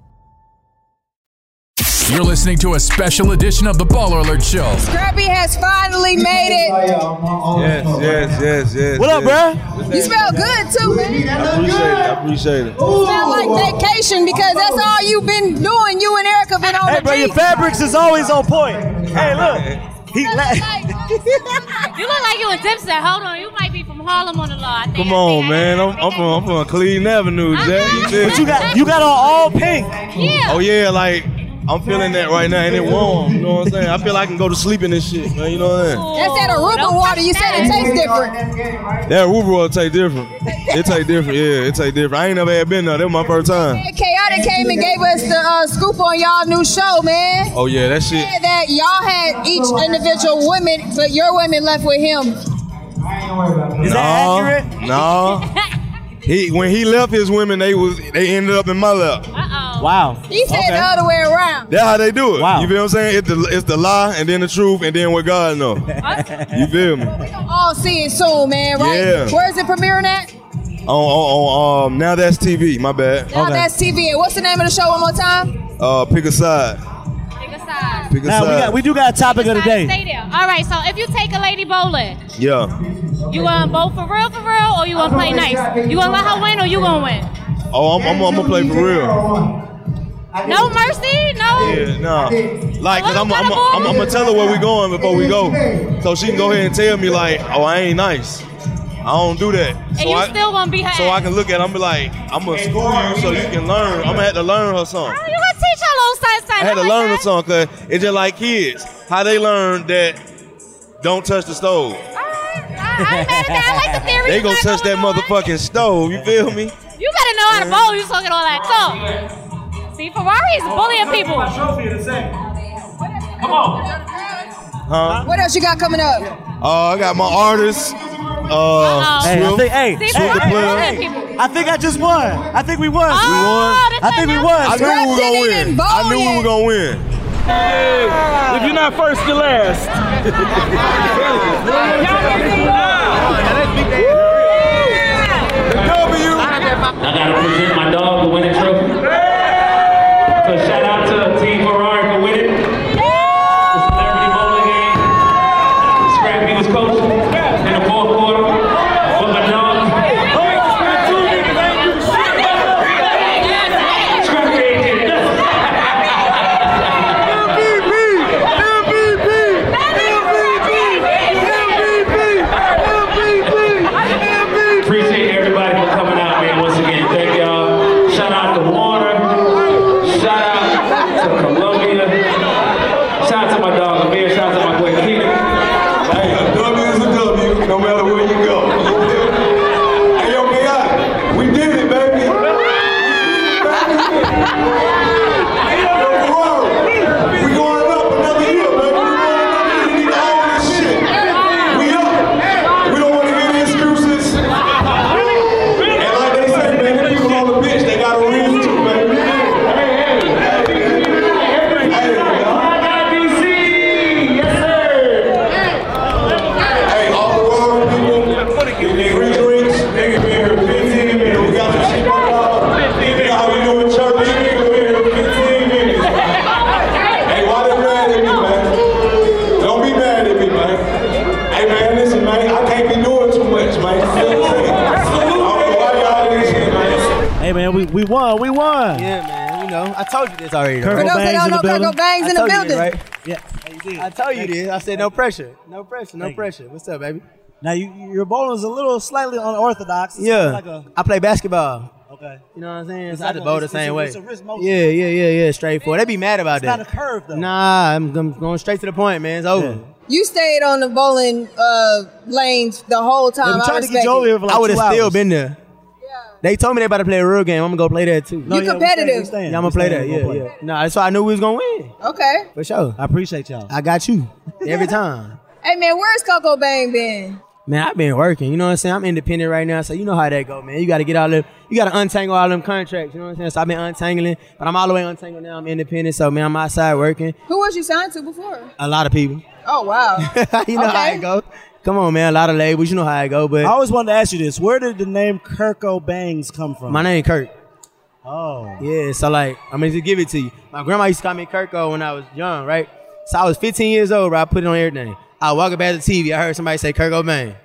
Speaker 11: You're listening to a special edition of the Baller Alert Show.
Speaker 3: Scrappy has finally made it.
Speaker 11: Yes, yes, yes, yes.
Speaker 3: What up,
Speaker 11: yes.
Speaker 3: You smell good too, man.
Speaker 23: I appreciate it. I appreciate it.
Speaker 3: Smell like vacation because that's all you've been doing. You and Erica been on
Speaker 2: Hey,
Speaker 3: the
Speaker 2: bro, your
Speaker 3: beach.
Speaker 2: fabrics is always on point. Hey, look. He la-
Speaker 15: you look like you a dipset. Hold on, you might be from Harlem on the law. I think.
Speaker 23: Come on, man. I'm, I'm from I'm from Cleveland Avenue, Jack.
Speaker 2: But you got you got on all pink.
Speaker 23: Oh yeah, like I'm feeling that right now, and it warm. You know what I'm saying? I feel like I can go to sleep in this shit, man. You know what I'm saying?
Speaker 3: That's that Aruba water. You said it tastes different.
Speaker 23: That Uber will taste different. It taste different. Yeah, it taste different. I ain't never had been there. That was my first time.
Speaker 3: Man, Chaotic came and gave us the uh, scoop on y'all new show, man.
Speaker 23: Oh yeah, that shit.
Speaker 3: Said That y'all had each individual women, but your women left with him.
Speaker 23: Is that accurate? No. He when he left his women, they was they ended up in my lap.
Speaker 15: Uh oh.
Speaker 2: Wow.
Speaker 3: He said uh, the other way around.
Speaker 23: That's how they do it. You feel what I'm saying? It's the, it's the lie and then the truth and then what God know. you feel me? On,
Speaker 3: All see it soon, man. Right?
Speaker 23: Yeah.
Speaker 3: Where's it premiering at?
Speaker 23: on, on, um, now that's TV. My bad.
Speaker 3: Now that's TV. And What's the name of the show? One more time.
Speaker 23: Uh, pick a side. Pick a
Speaker 2: Now, we,
Speaker 23: side.
Speaker 2: got, we do got a topic of the day.
Speaker 15: Stay there. All right. So if you take a lady bowling,
Speaker 23: yeah.
Speaker 15: you gonna bowl for real, for real, or you gonna play nice? You gonna let her win, or you gonna win?
Speaker 23: Oh, I'm, I'm, I'm gonna play for real.
Speaker 15: No mercy. No.
Speaker 23: Yeah, nah. Like, cause I'm, I'm, I'm, I'm gonna tell her where we going before we go, so she can go ahead and tell me like, oh, I ain't nice. I don't do that.
Speaker 15: And
Speaker 23: So
Speaker 15: you
Speaker 23: I,
Speaker 15: still gonna be her.
Speaker 23: so I can look at. I'm be like, I'm gonna school you so you can learn. I'm gonna have to learn her something.
Speaker 15: you gonna teach her a little something?
Speaker 23: I
Speaker 15: something.
Speaker 23: had to
Speaker 15: I'm like,
Speaker 23: learn the song because it's just like kids, how they learn that don't touch the stove.
Speaker 15: I ain't mad at that. I like the theory.
Speaker 23: They
Speaker 15: you
Speaker 23: gonna
Speaker 15: got
Speaker 23: touch that motherfucking stove. You feel me?
Speaker 15: going- You better know how to bowl. You talking all that talk. See, Ferrari is bullying people.
Speaker 3: Come on.
Speaker 23: Huh?
Speaker 3: What else you got coming up?
Speaker 23: Uh, I got my artist. Uh,
Speaker 2: Hey, I
Speaker 23: Swift.
Speaker 2: think, hey,
Speaker 3: See,
Speaker 2: hey,
Speaker 3: we're
Speaker 2: hey,
Speaker 3: all
Speaker 2: hey,
Speaker 3: good
Speaker 2: hey. I think I just won. I think we won. we won. I think we won.
Speaker 23: I knew we were gonna win. I knew we were gonna win.
Speaker 24: If you're not first, you're last.
Speaker 5: I gotta present my dog the winning trophy. So shout out to Team Ferrari for winning. The celebrity bowling game. Scrappy was coaching in the fourth quarter. But my dog. Scrappy ain't did nothing. Appreciate everybody for coming out, man. Once again, thank y'all. Shout out to Warner. Shout out to Columbia. Shout out to my dog Amir. Shout out to my boy Keaton. Hey, a W is a W, no matter where you go. Hey, yo, B.I., we did it, baby. Hey, why they mad at me, man? Don't be mad at me, man. Hey, man, listen, man, I can't be doing too much, man.
Speaker 2: Hey, man, we, we won. We won.
Speaker 21: Yeah, man. You know, I told you this already.
Speaker 2: Kirkle For those that Bangs in don't the know, building. Kirkle Bangs
Speaker 21: I
Speaker 2: in the
Speaker 21: told you
Speaker 2: building.
Speaker 21: This, right?
Speaker 2: Yeah.
Speaker 21: I told you this. I said no pressure. No pressure. No
Speaker 2: Thank you.
Speaker 21: pressure. What's up, baby?
Speaker 2: Now, you, your bowling is a little slightly unorthodox. It's
Speaker 21: Yeah.
Speaker 2: Like a,
Speaker 21: I play basketball.
Speaker 2: okay.
Speaker 21: You know what I'm saying?
Speaker 2: It's
Speaker 21: I
Speaker 2: like
Speaker 21: just
Speaker 2: a-
Speaker 21: bowl the
Speaker 2: it's- it's
Speaker 21: same
Speaker 2: a-
Speaker 21: way.
Speaker 2: it's a wrist motion.
Speaker 21: Yeah, yeah, yeah, yeah. Straightforward. They be mad about
Speaker 3: It's
Speaker 21: that.
Speaker 3: not
Speaker 21: It's
Speaker 3: a curve,
Speaker 21: though. Nah, I'm, I'm going straight to the point, man. It's over.
Speaker 3: You stayed on the bowling uh, lanes the whole time. I respect it.
Speaker 21: I would have still been there. They told me they about to play a real game. I'm gonna go play that too.
Speaker 3: No, You yeah, we competitive. staying, we
Speaker 21: Yeah,
Speaker 3: staying,
Speaker 21: I'm gonna
Speaker 3: we
Speaker 21: play
Speaker 3: staying,
Speaker 21: that.
Speaker 3: we
Speaker 21: Yeah,
Speaker 3: gonna
Speaker 21: yeah. Nah, that's why I knew we was gonna win
Speaker 3: Okay.
Speaker 21: for sure. I
Speaker 2: appreciate y'all.
Speaker 21: I got you every time.
Speaker 3: Hey man, where's Coco Bang been?
Speaker 21: Man, I've been working. You know what I'm saying? I'm independent right now, so you know how that go, man. You got to get all them. You got to untangle all them contracts. You know what I'm saying? So I've been untangling, but I'm all the way untangled now. I'm independent, so man, I'm outside working.
Speaker 3: Who was you signed to before?
Speaker 21: A lot of people.
Speaker 3: Oh wow.
Speaker 21: you know how it go. Come on, man. A lot of labels. You know how it go, but
Speaker 2: I always wanted to ask you this. Where did the name Kirko Bangs come from?
Speaker 21: my name Kirk.
Speaker 2: Oh.
Speaker 21: Yeah, so like, I'm gonna just give it to you. My grandma used to call me Kirko when I was young, right? So I was 15 years old, bro. I put it on everything. I walk up at the TV. I heard somebody say Kirko Bang.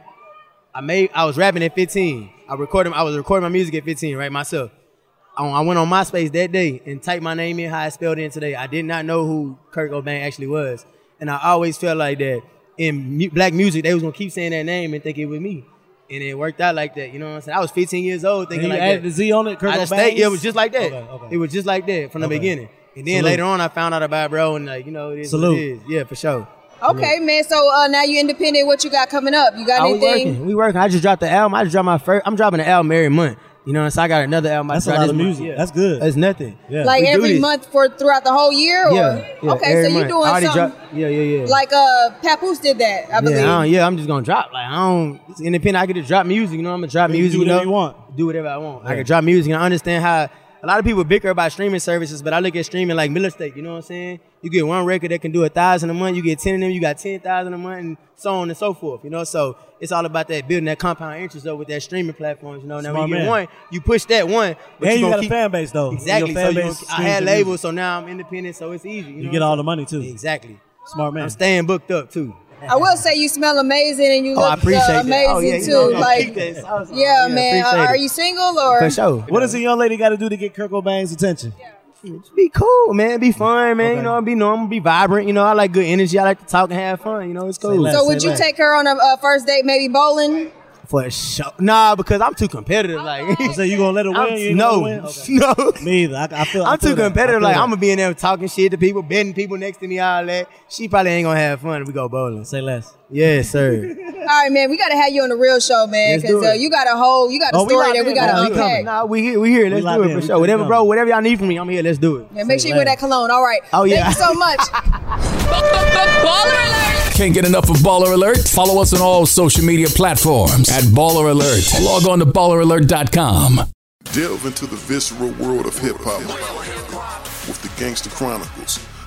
Speaker 21: I made, I was rapping at 15. I recorded, I was recording my music at 15, right? Myself. I, I went on MySpace that day and typed my name in how I spelled it in today. I did not know who Kirko Bang actually was, and I always felt like that in mu- black music they was gonna keep saying that name and think it was me. And it worked out like that, you know what I'm saying? I was 15 years old thinking
Speaker 2: And you
Speaker 21: like
Speaker 2: added
Speaker 21: that.
Speaker 2: the Z on it, Kirk
Speaker 21: I just
Speaker 2: O'Bangs?
Speaker 21: stayed, it was just like that.
Speaker 2: Okay, okay.
Speaker 21: It was just like that from the
Speaker 2: Okay.
Speaker 21: beginning. And then
Speaker 2: Salute.
Speaker 21: later on, I found out about it, bro, and like you know, it is what
Speaker 2: Salute.
Speaker 21: it is. Yeah, for sure.
Speaker 3: Okay, man. So uh, now you independent. What you got coming up? You got
Speaker 21: I was
Speaker 3: anything?
Speaker 21: working. We working. I just dropped the album. I just dropped my first. I'm dropping an album every month. You know, so I got another album. I
Speaker 2: That's a
Speaker 21: dropped
Speaker 2: lot
Speaker 21: this
Speaker 2: of
Speaker 21: month.
Speaker 2: music.
Speaker 21: Yeah.
Speaker 2: That's good.
Speaker 21: It's nothing.
Speaker 3: Like
Speaker 21: We do
Speaker 3: every
Speaker 21: this.
Speaker 3: month for throughout the whole year? Or?
Speaker 21: Yeah, yeah,
Speaker 3: okay,
Speaker 21: every
Speaker 3: so you
Speaker 21: month. I
Speaker 3: doing
Speaker 21: already
Speaker 3: something
Speaker 21: dropped- yeah, yeah, yeah.
Speaker 3: like uh Papoose did that, I believe.
Speaker 21: Yeah, I don't, yeah, I'm just gonna drop. Like I don't it's independent. I can just drop music. You know, I'm gonna drop You can music. do whatever know? you want. Do whatever I want. I Yeah. can drop music. And I understand how a lot of people bicker about streaming services, but I look at streaming like Miller State. You know what I'm saying? You get one record that can do a thousand a month. You get ten of them. You got ten thousand a month, and so on and so forth. You know, so it's all about that building that compound interest up with that streaming platforms. You know, now
Speaker 2: Smart
Speaker 21: when you
Speaker 2: man.
Speaker 21: get one, you push that one. But
Speaker 2: and you,
Speaker 21: gonna
Speaker 2: got
Speaker 21: keep-
Speaker 2: a fan base though.
Speaker 21: Exactly.
Speaker 2: Your fan
Speaker 21: so you
Speaker 2: base
Speaker 21: gonna- I had
Speaker 2: streams your music.
Speaker 21: labels, so now I'm independent, so it's easy. You,
Speaker 2: You,
Speaker 21: know
Speaker 2: get
Speaker 21: what
Speaker 2: all
Speaker 21: I'm
Speaker 2: the money too.
Speaker 21: Exactly.
Speaker 2: Smart man.
Speaker 21: I'm staying booked up too.
Speaker 3: I will say you smell amazing and you
Speaker 21: Oh, I
Speaker 3: look uh,
Speaker 21: appreciate that.
Speaker 3: amazing
Speaker 21: Oh, yeah, you
Speaker 3: too.
Speaker 21: know, I'm gonna
Speaker 3: like,
Speaker 21: keep that.
Speaker 3: yeah,
Speaker 21: yeah,
Speaker 3: man. Uh,
Speaker 21: appreciate it.
Speaker 3: are you single or?
Speaker 2: What does a young lady got to do to get Kurt Cobain's attention?
Speaker 21: Be cool, man. Be fun, man. You know, be normal, be vibrant. You know, I like good energy. I like to talk and have fun. You know, it's cool.
Speaker 3: So would you take her on a uh, first date, maybe bowling?
Speaker 21: for sure? Nah, because I'm too competitive.
Speaker 3: Oh,
Speaker 21: Like,
Speaker 2: so you gonna let her win? You ain't
Speaker 21: no,
Speaker 2: gonna win? Okay.
Speaker 21: no.
Speaker 2: Me either. I, I feel. I
Speaker 21: I'm
Speaker 2: feel
Speaker 21: too
Speaker 2: that. I
Speaker 21: competitive.
Speaker 2: feel
Speaker 21: Like,
Speaker 2: that.
Speaker 21: I'm gonna be in there talking shit to people, betting people next to me, all that. She probably ain't gonna have fun if we go bowling.
Speaker 2: Say less.
Speaker 21: Yeah, sir.
Speaker 3: All right, man. We gotta have you on the real show, man,
Speaker 21: Let's
Speaker 3: because
Speaker 21: do it.
Speaker 3: uh, you got a whole, you got a
Speaker 21: Oh, we
Speaker 3: story
Speaker 21: locked
Speaker 3: that we
Speaker 21: in.
Speaker 3: gotta
Speaker 21: Nah, we
Speaker 3: unpack.
Speaker 21: coming. Nah, we here. We here. Let's do it for sure. Whatever, bro. Whatever y'all need from me, I'm here. Let's do it.
Speaker 3: Yeah, make sure you wear that cologne. All right.
Speaker 21: Oh, yeah.
Speaker 3: Thank you so much. Baller alert.
Speaker 11: Can't get enough of Baller Alert? Follow us on all social media platforms at Baller Alert. Log on to balleralert.com.
Speaker 13: Delve into the visceral world of hip hop with the Gangster Chronicles,